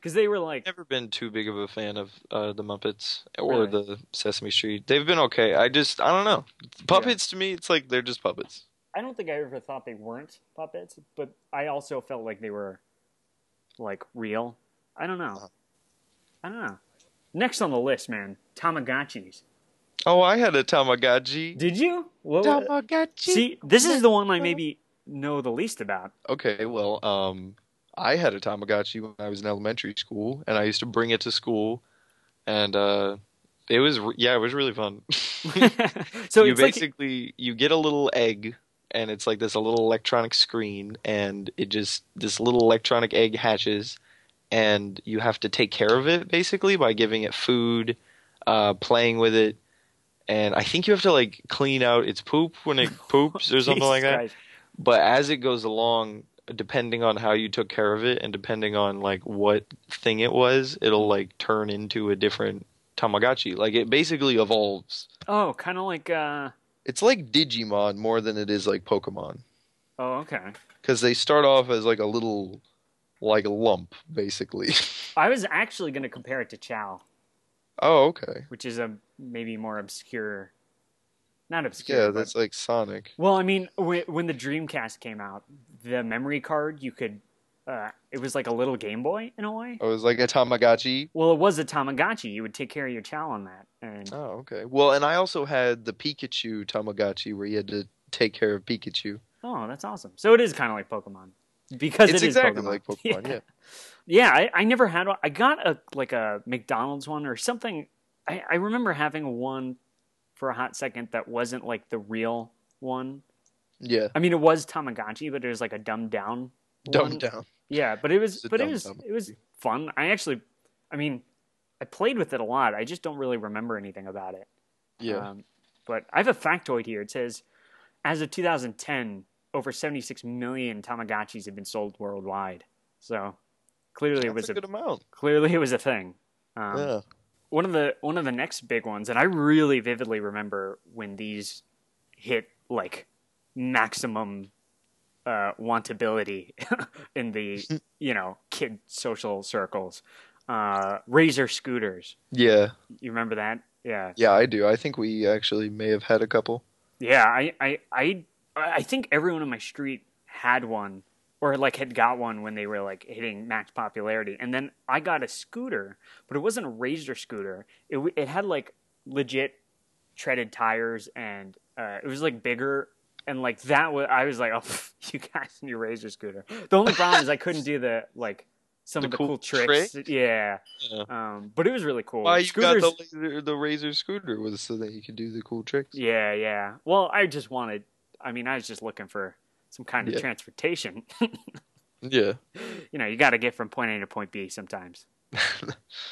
Because they were like,
Never been too big of a fan of uh, the Muppets or
Really?
the Sesame Street. They've been okay. I just I don't know. Puppets to me, it's like they're just puppets.
I don't think I ever thought they weren't puppets, but I also felt like they were like real. I don't know. I don't know. Next on the list, man, Tamagotchis.
Oh, I had a Tamagotchi.
Did you? What wa-
Tamagotchi.
See, this is the one I maybe know the least about.
Okay, well, um, I had a Tamagotchi when I was in elementary school, and I used to bring it to school, and uh, it was re- yeah, it was really fun.
so
you
it's like-
basically you get a little egg and it's like this a little electronic screen and it just this little electronic egg hatches and you have to take care of it basically by giving it food uh, playing with it and i think you have to like clean out its poop when it poops or something like
Jesus
that
Christ.
but as it goes along depending on how you took care of it and depending on like what thing it was it'll like turn into a different tamagotchi like it basically evolves
Oh, kind of like. uh
it's like Digimon more than it is like Pokemon
Oh, okay.
because they start off as like a little like lump basically.
I was actually going to compare it to Chow,
oh, okay.
which is a maybe more obscure, not obscure.
Yeah,
but-
that's like Sonic.
well, I mean, when, when the Dreamcast came out, the memory card you could, uh, it was like a little Game Boy in a way.
Oh, it's like a Tamagotchi.
Well, it was a Tamagotchi. You would take care of your Chow on that, and
Oh, okay. Well, and I also had the Pikachu Tamagotchi where you had to take care of Pikachu.
oh, that's awesome. So it is kind of like Pokemon. because
it's
it is
exactly
Pokemon.
like Pokemon. Yeah.
Yeah, I, I never had one. I got a like a McDonald's one or something. I, I remember having one for a hot second that wasn't like the real one.
yeah,
I mean, it was Tamagotchi, but it was like a dumbed down. one. uh,
dumbed down.
Yeah, but it was
It's a
but it
dumb
was
dumb.
it was fun. I actually, I mean, I played with it a lot. I just don't really remember anything about it.
Yeah,
Um, but I have a factoid here. It says, as of 2010, over 76 million Tamagotchis have been sold worldwide. So clearly
That's
it was
a good amount.
clearly it was a thing. Um,
yeah,
One of the one of the next big ones, and I really vividly remember when these hit like maximum uh, wantability in the you know kid social circles. Uh, razor scooters,
yeah,
you remember that? Yeah,
yeah. I do. I think we actually may have had a couple.
yeah. I I I I think everyone in my street had one or like had got one when they were like hitting max popularity. And then I got a scooter, but it wasn't a razor scooter. It w- it had like legit treaded tires and uh, it was like bigger and like that was I was like, oh, pff, you guys and your razor scooter. The only problem is I couldn't do the like some
The
of the cool,
cool
tricks.
trick?
Yeah.
Yeah.
Um, but it was really cool.
Why you
Scooters-
got the laser, the razor scooter was so that you could do the cool tricks.
Yeah, yeah. Well, I just wanted. I mean, I was just looking for some kind of
Yeah.
transportation.
Yeah,
you know, you got to get from point A to point B sometimes.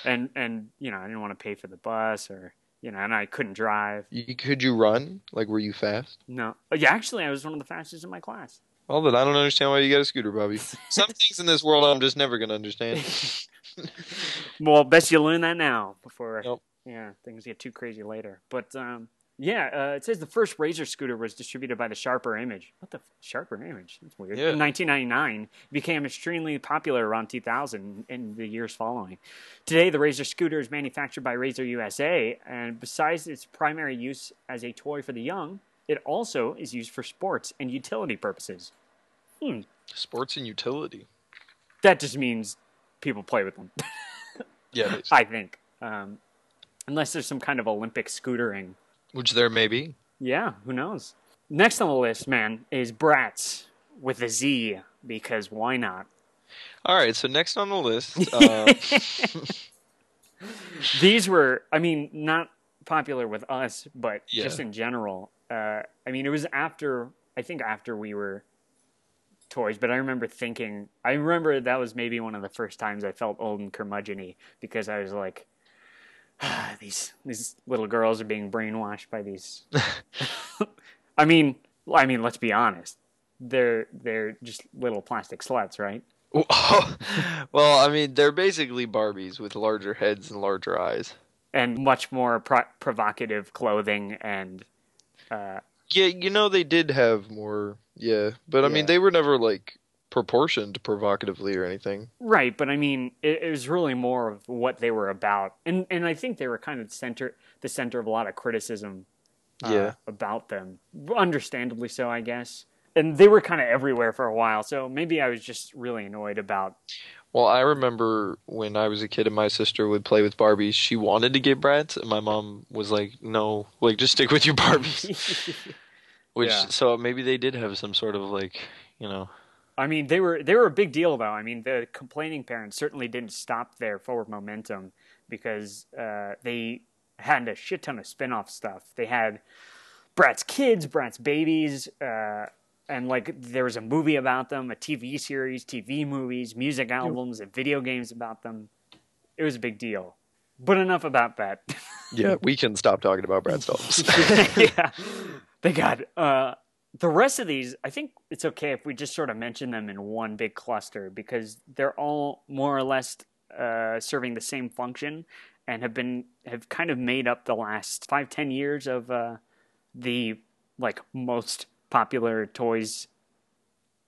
and and you know, I didn't want to pay for the bus or you know, and I couldn't drive.
you, could you run? Like, were you fast?
No, Oh, yeah. Actually, I was one of the fastest in my class.
Well, then I don't understand why you got a scooter, Bobby. Some things in this world I'm just never gonna understand.
Well, best you learn that now before
Nope.
yeah things get too crazy later. But um, yeah, uh, it says the first Razor scooter was distributed by the Sharper Image. What the f- Sharper Image? That's weird.
Yeah.
In 1999, it became extremely popular around 2000 and the years following. Today, the Razor scooter is manufactured by Razor USA, and besides its primary use as a toy for the young, it also is used for sports and utility purposes. Hmm,
Sports and utility.
That just means people play with them.
Yeah, they-
I think. Um, unless there's some kind of Olympic scootering.
which there may be.
Yeah, who knows? Next on the list, man, is Bratz with a Z, because why not?
All right, so next on the list, uh,
These were, I mean, not popular with us, but
Yeah.
just in general. Uh, I mean, it was after, I think after we were toys, but I remember thinking, I remember that was maybe one of the first times I felt old and curmudgeony because I was like, ah, these these little girls are being brainwashed by these. I mean, I mean, let's be honest. They're they're just little plastic sluts, right?
well, I mean, they're basically Barbies with larger heads and larger eyes.
And much more pro- provocative clothing and uh,
Yeah, you know they did have more. Yeah, but I
Yeah.
mean they were never like proportioned provocatively or anything.
Right, but I mean, it, it was really more of what they were about, and and I think they were kind of center the center of a lot of criticism, uh,
Yeah.
about them, understandably so, I guess. And they were kind of everywhere for a while, so maybe I was just really annoyed about.
Well, I remember when I was a kid and my sister would play with Barbies. She wanted to get Bratz, and my mom was like, "No, like just stick with your Barbies." Which
Yeah.
so maybe they did have some sort of like you know
I mean, they were they were a big deal though. I mean, the complaining parents certainly didn't stop their forward momentum because uh, they had a shit ton of spin-off stuff. They had Bratz Kids, Bratz Babies, uh, and like there was a movie about them, a TV series, TV movies, music albums, and video games about them. It was a big deal. But enough about that.
yeah we can stop talking about Bratz dolls.
yeah. Thank God. Uh, the rest of these, I think it's okay if we just sort of mention them in one big cluster because they're all more or less uh, serving the same function and have been have kind of made up the last five ten years of uh, the like most popular toys.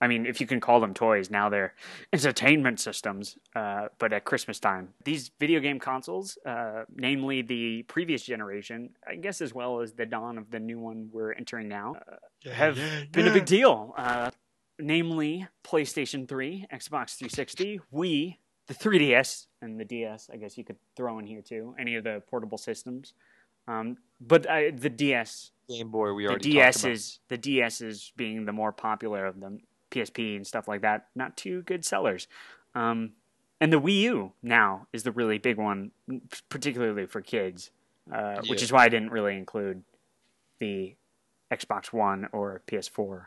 I mean, if you can call them toys now, they're entertainment systems. Uh, but at Christmas time, these video game consoles, uh, namely the previous generation, I guess as well as the dawn of the new one we're entering now, uh, have been a big deal. Uh, namely, PlayStation 3, Xbox 360, Wii, the 3DS, and the DS. I guess you could throw in here too any of the portable systems. Um, but I, the DS
Game Boy we
the
already
DS
talked about.
is the DS is being the more popular of them, PSP and stuff like that, not too good sellers. Um, and the Wii U now is the really big one, particularly for kids, uh, which
Yeah.
is why I didn't really include the Xbox One or PS4.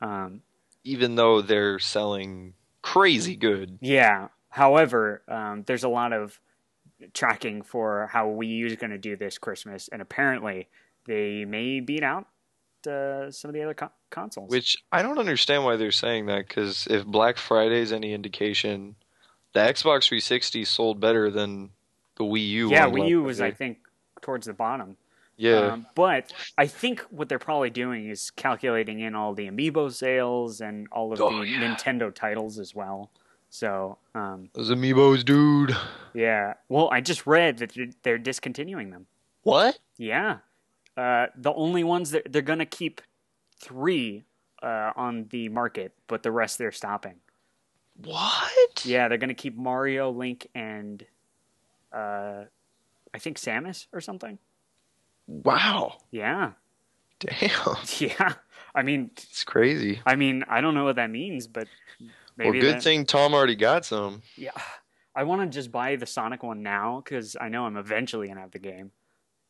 Um,
even though they're selling crazy good.
yeah. However, um, there's a lot of tracking for how Wii U is going to do this Christmas, and apparently they may beat out uh, some of the other co- consoles.
Which I don't understand why they're saying that because if Black Friday's any indication, the Xbox 360 sold better than the Wii U.
yeah,
on
Wii
Black
U was, I
Friday.
think, towards the bottom.
yeah,
Um, but I think what they're probably doing is calculating in all the amiibo sales and all of
Oh,
the
yeah.
Nintendo titles as well. So, um,
those amiibos, dude.
yeah. Well, I just read that they're- they're discontinuing them.
What?
Yeah. Uh, the only ones that they're going to keep three uh, on the market, but the rest they're stopping.
What?
Yeah, they're going to keep Mario, Link, and uh, I think Samus or something.
Wow.
Yeah.
Damn.
Yeah. I mean,
It's crazy.
I mean, I don't know what that means, but maybe
well, good
that-
thing Tom already got some.
Yeah, I want to just buy the Sonic one now because I know I'm eventually gonna have the game.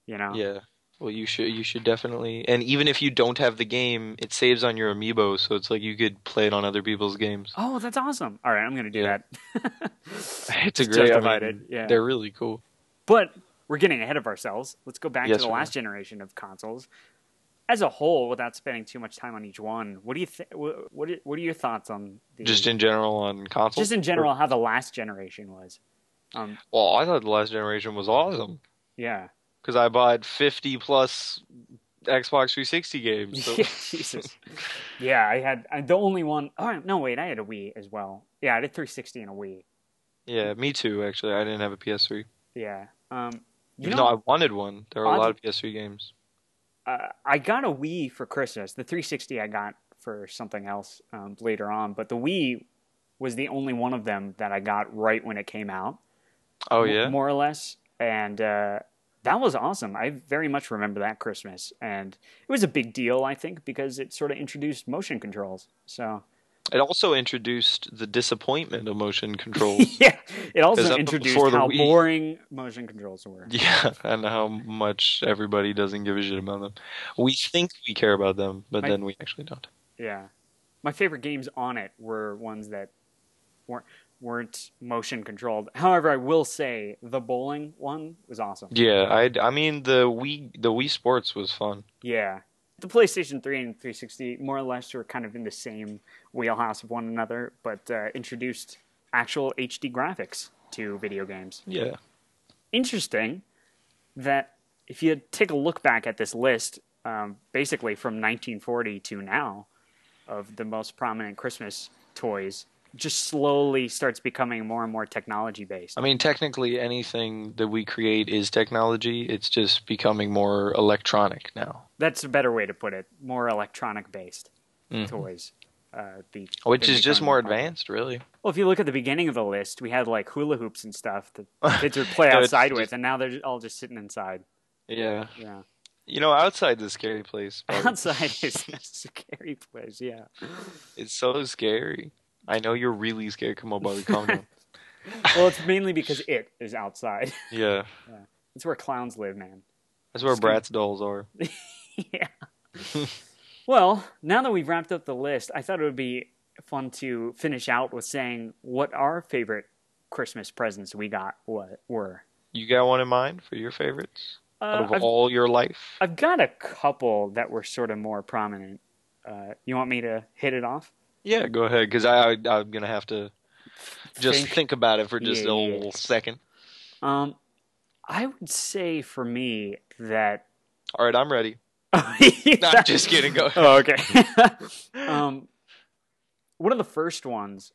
You know.
Yeah. Well, you should you should definitely. And even if you don't have the game, it saves on your amiibo, so it's like you could play it on other people's games.
Oh, that's awesome! All right, I'm gonna do
Yeah.
that.
It's a
Just
great. I
justified
mean,
it, yeah.
They're really cool.
But we're getting ahead of ourselves. Let's go back
Yes,
to the
we are.
last generation of consoles. As a whole, without spending too much time on each one, what do you think? What what are- what are your thoughts on the
Just in general on consoles.
just in general how the last generation was? Um,
Well, I thought the last generation was awesome
yeah,
because I bought fifty plus Xbox 360 games. So
Yeah, Jesus. Yeah, I had I, the only one oh no, wait, I had a Wii as well. Yeah, I had a 360 and a Wii.
yeah, me too. Actually, I didn't have a PS3.
Yeah. Um, you
Even
know,
though I wanted one, there were a
odd-
lot of PS3 games.
uh, I got a Wii for Christmas. The 360 I got for something else um, later on, but the Wii was the only one of them that I got right when it came out.
Oh
m-
yeah,
more or less. And uh, that was awesome. I very much remember that Christmas, and it was a big deal, I think, because it sort of introduced motion controls. So
it also introduced the disappointment of motion controls.
yeah, it
Because
also
up
introduced
before the
how
Wii-
boring motion controls were.
Yeah, and how much everybody doesn't give a shit about them. We think we care about them, but
I-
then we actually don't.
Yeah, my favorite games on it were ones that weren't weren't motion controlled. However, I will say the bowling one was awesome.
Yeah, I, I mean the Wii the Wii Sports was fun.
Yeah, the PlayStation Three and 360 more or less were kind of in the same wheelhouse of one another, but uh, introduced actual HD graphics to video games.
Yeah,
interesting that if you take a look back at this list, um, basically from 1940 to now, of the most prominent Christmas toys, just slowly starts becoming more and more technology based.
I mean technically anything that we create is technology. It's just becoming more electronic now,
That's a better way to put it. More electronic based toys. Uh, the,
Mm-hmm. which
they
is
make
just
on-
more
on-
advanced, really.
Well, if you look at the beginning of the list, we had like hula hoops and stuff that kids would play
No, it's
outside
just-
with, and now they're all just sitting inside.
Yeah,
Yeah.
you know, outside the scary place, probably.
Outside is a scary place. Yeah.
it's so scary. I know you're really scared. Come on, Bobby, calm down.
Well, it's mainly because it is outside.
Yeah,
It's where clowns live, man.
that's where Bratz dolls are.
yeah. well, now that we've wrapped up the list, I thought it would be fun to finish out with saying what our favorite Christmas presents we got wa- were.
You got one in mind for your favorites out
Uh,
of
I've,
all your life?
I've got a couple that were sort of more prominent. Uh, you want me to hit it off?
Yeah, go ahead, because I, I I'm gonna have to just think,
Think.
about it for just
Yeah,
a
yeah.
little second.
Um, I would say for me that.
All right, I'm ready. No,
I'm
I'm just kidding. Go.
Oh, okay. um, one of the first ones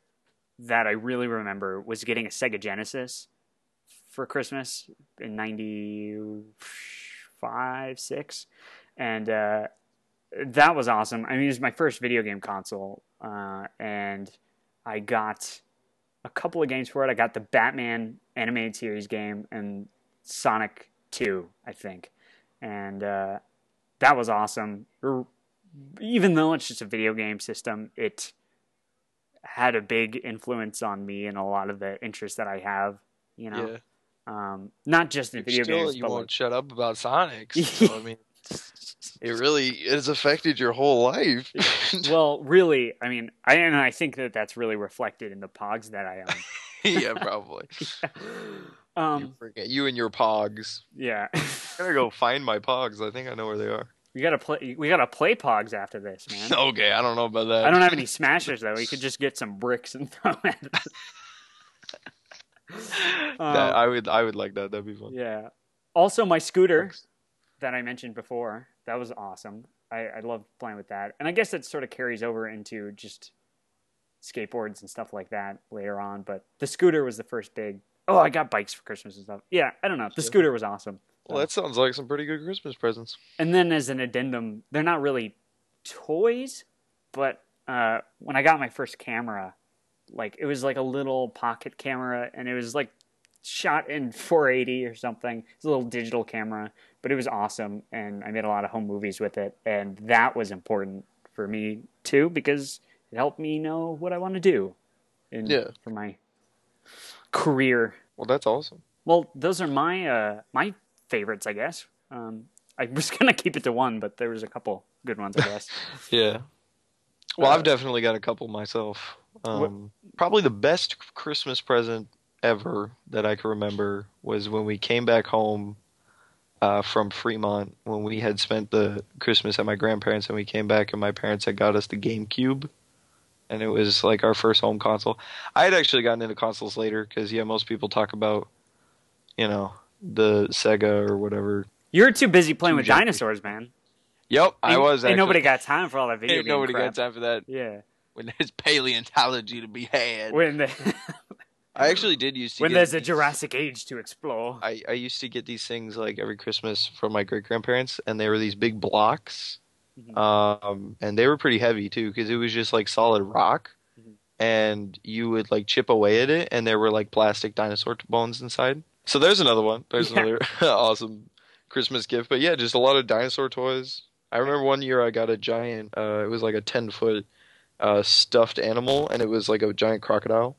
that I really remember was getting a Sega Genesis for Christmas in 95, 6. And uh, that was awesome. I mean, it was my first video game console. Uh, and I got a couple of games for it. I got the Batman animated series game and Sonic 2, I think. And uh, that was awesome. Er- Even though it's just a video game system, it had a big influence on me and a lot of the interests that I have. You know,
yeah.
um, not just in video
Still,
games,
you
but
won't
like,
shut up about Sonic. So, I mean,
It really has affected your whole life.
well, really, I mean, I and I think that that's really reflected in the pogs that I
yeah, probably.
own.
you
um,
forget you and your pogs.
yeah,
I gotta go find my pogs. I think I know where they are.
we gotta play. We gotta play pogs after this, man.
Okay, I don't know about that.
I don't have any smashers though. We could just get some bricks and throw at it. Um,
that, um, I would. I would like that. That'd be fun.
Yeah. Also, my scooter that I mentioned before that was awesome. I, I loved playing with that, and I guess that sort of carries over into just skateboards and stuff like that later on. But the scooter was the first big. Oh, I got bikes for Christmas and stuff. Yeah, I don't know. The
Sure.
scooter was awesome.
Well, that sounds like some pretty good Christmas presents.
And then as an addendum, they're not really toys, but uh, when I got my first camera, like it was like a little pocket camera, and it was like shot in 480 or something. It's a little digital camera, but it was awesome, and I made a lot of home movies with it, and that was important for me too because it helped me know what I want to do, in,
Yeah.
for my career
Well, that's awesome.
well, those are my uh, my favorites, I guess. Um, I was gonna keep it to one, but there was a couple good ones, I guess.
Yeah. Well,
Uh,
I've definitely got a couple myself. Um, probably the best Christmas present ever that I can remember was when we came back home uh, from Fremont when we had spent the Christmas at my grandparents and we came back and my parents had got us the GameCube. And it was like our first home console. I had actually gotten into consoles later because, yeah, most people talk about, you know, the Sega or whatever.
You're too busy playing
Two
with
genres.
dinosaurs, man.
Yep, I
Ain't-
was.
Ain't
actually-
nobody got time for all that video
Ain't
game
nobody
crap.
got time for that
Yeah,
when there's paleontology to be had.
when the,
I actually did used to
when
get
there's a
these-
Jurassic Age to explore.
I, I used to get these things like every Christmas from my great grandparents, and they were these big blocks,
Mhm.
um, and they were pretty heavy too because it was just like solid rock,
Mhm.
and you would like chip away at it, and there were like plastic dinosaur t- bones inside. So there's another one. There's
Yeah.
another awesome Christmas gift. But yeah, just a lot of dinosaur toys. I remember one year I got a giant. Uh, it was like a ten foot uh, stuffed animal, and it was like a giant crocodile.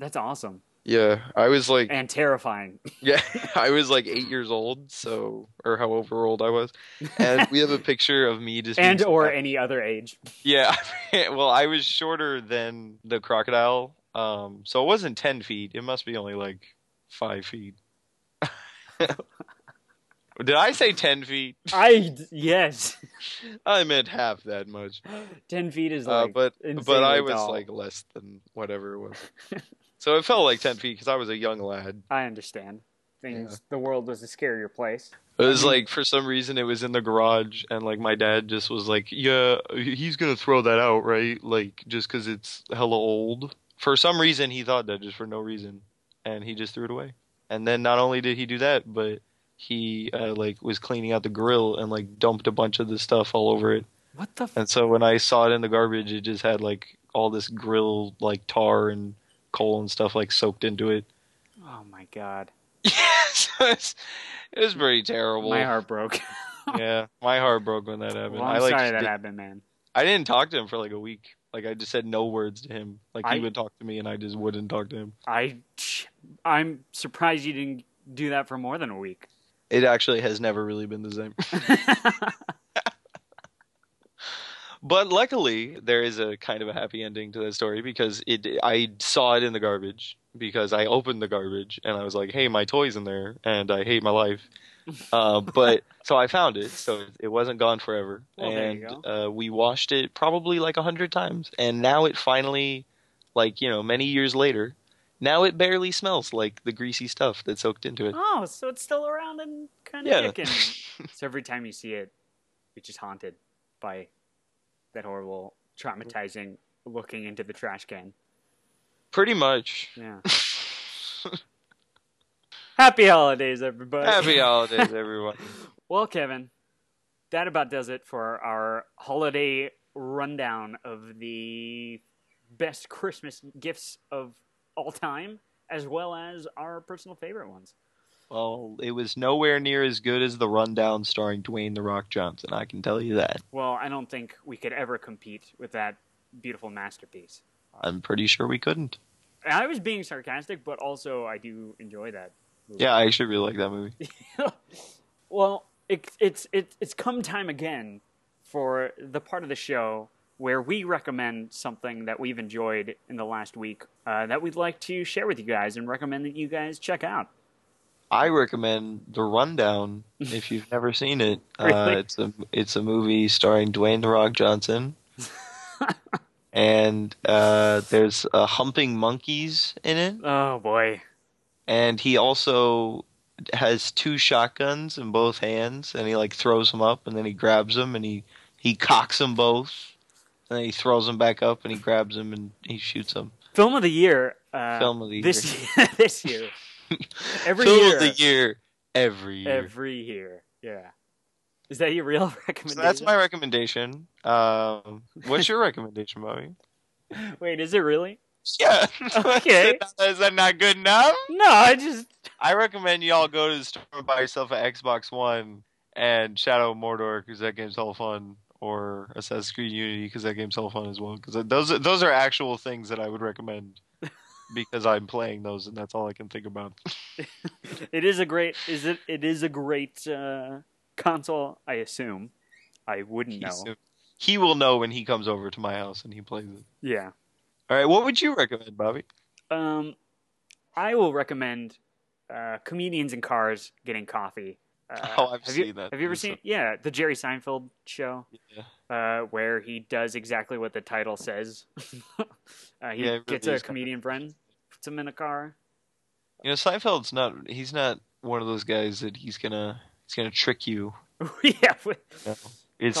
That's awesome
Yeah, I was like
and terrifying.
yeah, I was like eight years old, so or however old I was, and we have a picture of me just being
and or
surprised.
any other age.
yeah. well, I was shorter than the crocodile, um, so it wasn't ten feet. It must be only like five feet. Did I say ten feet?
I yes,
I meant half that much.
ten feet is
Uh,
like.
but but
insanely
I was
tall.
like less than whatever it was, so it felt like ten feet because I was a young lad.
I understand. Things the world was a scarier place.
It was like for some reason it was in the garage, and like my dad just was like, "Yeah, he's gonna throw that out, right? Like just because it's hella old." For some reason, he thought that just for no reason, and he just threw it away. And then not only did he do that, but he uh, like was cleaning out the grill and like dumped a bunch of the stuff all over it.
What the? F-
And so when I saw it in the garbage, it just had like all this grill like tar and coal and stuff like soaked into it.
oh my god,
Yes, it was, it was pretty terrible
my heart broke.
yeah, my heart broke when that happened.
Well, I'm
I like
sorry that
did,
happened, man.
I didn't talk to him for like a week. Like I just said no words to him. Like he
I-
would talk to me and I just wouldn't talk to him.
I, I'm surprised you didn't do that for more than a week.
It actually has never really been the same. But luckily, there is a kind of a happy ending to that story because it I saw it in the garbage because I opened the garbage and I was like, "Hey, my toy's in there, and I hate my life." Uh, but so I found it, so it wasn't gone forever,
Well, there
and
you
Uh, we washed it probably like a hundred times, and now it finally, like you know, many years later, now it barely smells like the greasy stuff that soaked into it.
oh, so it's still around and kind of
Yeah.
kicking. so every time you see it, it's just haunted by that horrible, traumatizing looking into the trash can.
Pretty much.
Yeah. Happy holidays, everybody.
Happy holidays, everyone.
Well, Kevin, that about does it for our holiday rundown of the best Christmas gifts of all time, as well as our personal favorite ones.
Well, it was nowhere near as good as the rundown starring Dwayne the Rock Johnson. I can tell you that.
Well, I don't think we could ever compete with that beautiful masterpiece.
I'm pretty sure we couldn't.
And I was being sarcastic, but also I do enjoy that. movie.
Yeah, I actually really like that movie.
Well, it, it's it's it's come time again for the part of the show where we recommend something that we've enjoyed in the last week uh, that we'd like to share with you guys and recommend that you guys check out.
I recommend The Rundown if you've never seen it. Uh,
Really?
it's a it's a movie starring Dwayne the Rock Johnson, and uh, there's uh, humping monkeys in it,
Oh boy!
and he also has two shotguns in both hands, and he like throws them up, and then he grabs them, and he he cocks them both, and then he throws them back up, and he grabs them, and he shoots them.
Film of the year. Uh,
Film of the
this year. this year. Every
Film
year.
of the year, every year.
Every year. Yeah. Is that your real recommendation?
So that's my recommendation. Um, what's your recommendation, Bobby?
Wait, is it really?
Yeah.
Okay.
Is that not good enough?
No, I just
I recommend y'all go to the store and buy yourself an Xbox One and Shadow of Mordor because that game's hell fun, or Assassin's Creed Unity because that game's hell fun as well. Because those those are actual things that I would recommend because I'm playing those and that's all I can think about.
it is a great is it it is a great uh, console i assume i wouldn't know
He will know when he comes over to my house and he plays it.
yeah
All right, what would you recommend, Bobby?
um i will recommend uh, comedians in cars getting coffee uh,
Oh, I've
have you,
seen that.
have you ever
It's a-
seen yeah the jerry seinfeld show
Yeah.
uh, where he does exactly what the title says uh, he
Yeah, it really
gets
is
a
kinda-
comedian friend puts him in a car
You know, Seinfeld's not. He's not one of those guys that he's gonna. He's gonna trick you.
yeah with-
It's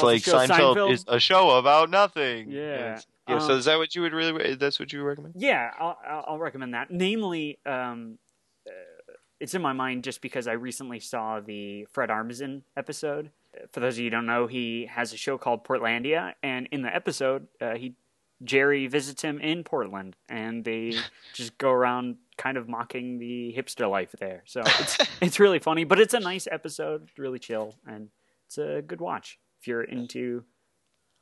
Calls the
like
show
Seinfeld,
Seinfeld.
is a show about nothing.
Yeah.
Yes. Yeah. so
Um,
is that what you would really? That's what you recommend?
Yeah, I'll, I'll- I'll recommend that. Namely, um, uh, it's in my mind just because I recently saw the Fred Armisen episode. For those of you who don't know, he has a show called Portlandia, and in the episode, uh, he Jerry visits him in Portland, and they just go around kind of mocking the hipster life there. So it's it's really funny, but it's a nice episode, really chill, and it's a good watch if you're into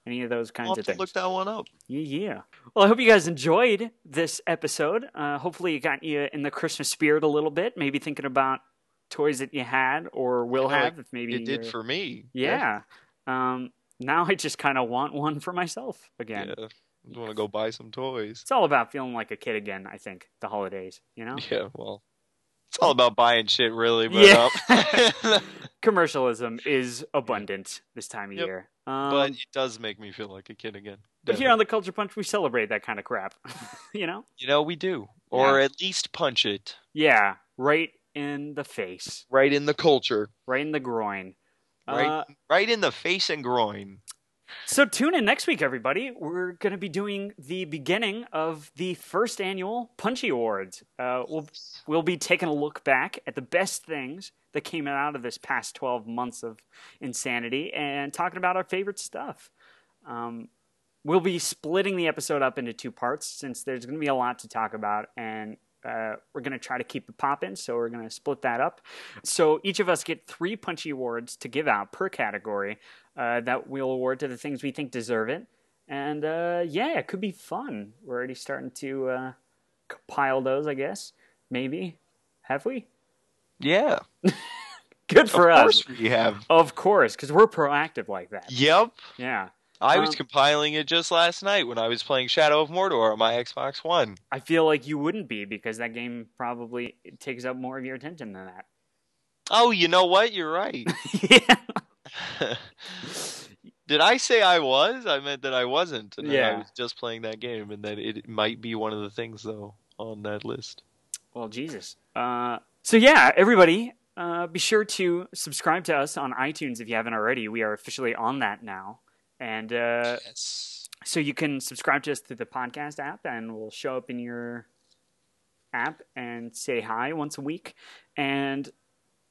any of those kinds
I'll have
of
to
things.
look that one up.
Yeah, yeah. Well, I hope you guys enjoyed this episode. Uh, hopefully, it got you in the Christmas spirit a little bit. Maybe thinking about toys that you had or will
I know
have. If maybe
It did
you're-
for me.
Yeah. Um, now I just kind of want one for myself
Yeah.
again.
I want to go buy some toys.
It's all about feeling like a kid again. I think the holidays. You know,
Yeah. Well, it's all about buying shit, really. But,
Yeah.
um,
commercialism is abundant this time of
Yep.
year. Um,
but it does make me feel like a kid again.
but here on the Culture Punch, we celebrate that kind of crap. you know?
you know, we do, or at least punch it
Yeah. Right in the face.
right in the culture,
Right in the groin.
right,
Uh,
right in the face and groin.
So tune in next week, everybody. We're going to be doing the beginning of the first annual Punchy Awards. Uh, we'll we'll be taking a look back at the best things that came out of this past twelve months of insanity and talking about our favorite stuff. Um, we'll be splitting the episode up into two parts since there's going to be a lot to talk about and. Uh, we're going to try to keep it popping, so we're going to split that up. So each of us get three punchy awards to give out per category uh, that we'll award to the things we think deserve it. And uh, yeah, it could be fun. We're already starting to uh, compile those, I guess. Maybe. Have we?
Yeah.
Good for
of
us.
course we have.
Of course, because we're proactive like that.
Yep.
Yeah.
I
Um,
was compiling it just last night when I was playing Shadow of Mordor on my Xbox One.
I feel like you wouldn't be because that game probably takes up more of your attention than that.
Oh, you know what? You're right.
yeah.
Did I say I was? I meant that I wasn't. And that
Yeah.
I was just playing that game, and that it might be one of the things, though, on that list.
Well, Jesus. Uh, so yeah, everybody, uh, be sure to subscribe to us on iTunes if you haven't already. We are officially on that now, and uh,
Yes.
so you can subscribe to us through the podcast app, and we'll show up in your app and say hi once a week. And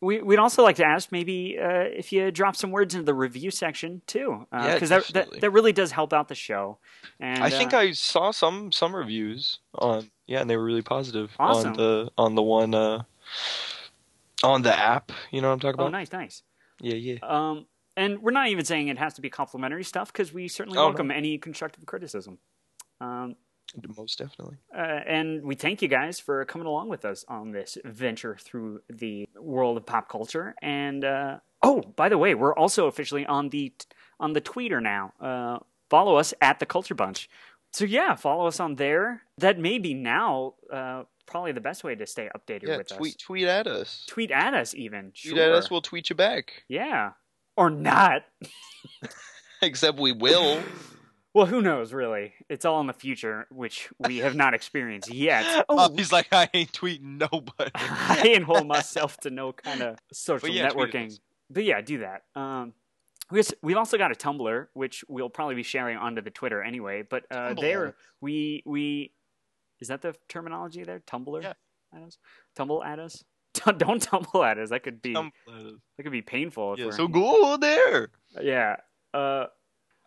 we, we'd also like to ask maybe uh, if you drop some words into the review section too, because
Yeah,
that, that
definitely.
that really does help out the show. And
I think
uh,
I saw some some reviews on yeah, and they were really positive
Awesome.
on the on the one uh on the app. You know what I'm talking
oh,
about?
nice, nice.
Yeah, yeah.
Um, and we're not even saying it has to be complimentary stuff because we certainly
Oh, no.
welcome any constructive criticism. Um,
Most definitely.
Uh, and we thank you guys for coming along with us on this venture through the world of pop culture. And uh, oh, by the way, we're also officially on the on the Twitter now. Uh, follow us at the Culture Bunch. So yeah, follow us on there. That may be now uh, probably the best way to stay updated
Yeah,
with
tweet
us.
tweet at us.
Tweet at us even.
Tweet
sure.
at us, we'll tweet you back.
yeah, or not.
Except we will.
Well, who knows? Really, it's all in the future, which we have not experienced yet.
Oh, he's like, I ain't tweeting nobody.
I enroll myself to no kind of social
But yeah, tweet at
networking.
us.
But yeah, do that. Um, we just- we've also got a Tumblr, which we'll probably be sharing onto the Twitter anyway. But uh,
Tumblr.
there, we we is that the terminology there? Tumblr
Yeah.
at us, tumble at us. Don't, don't tumble at us. That could be
Um,
that could be painful. If
yeah,
we're,
so go there.
yeah. Uh,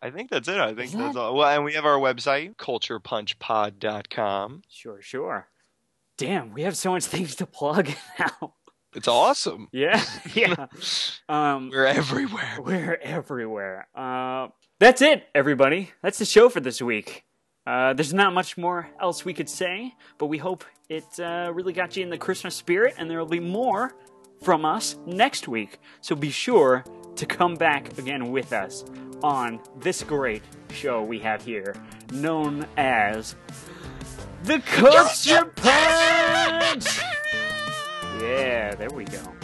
I think that's it. I think
Is that-
that's all. Well, and we have our website, culturepunchpod.com.
sure, sure. Damn, we have so much things to plug now.
It's awesome.
yeah, yeah. Um,
We're everywhere.
We're everywhere. Uh, that's it, everybody. That's the show for this week. Uh, there's not much more else we could say, but we hope it uh, really got you in the Christmas spirit, and there will be more from us next week. So be sure to come back again with us on this great show we have here, known as the Culture Punch. Yeah, there we go.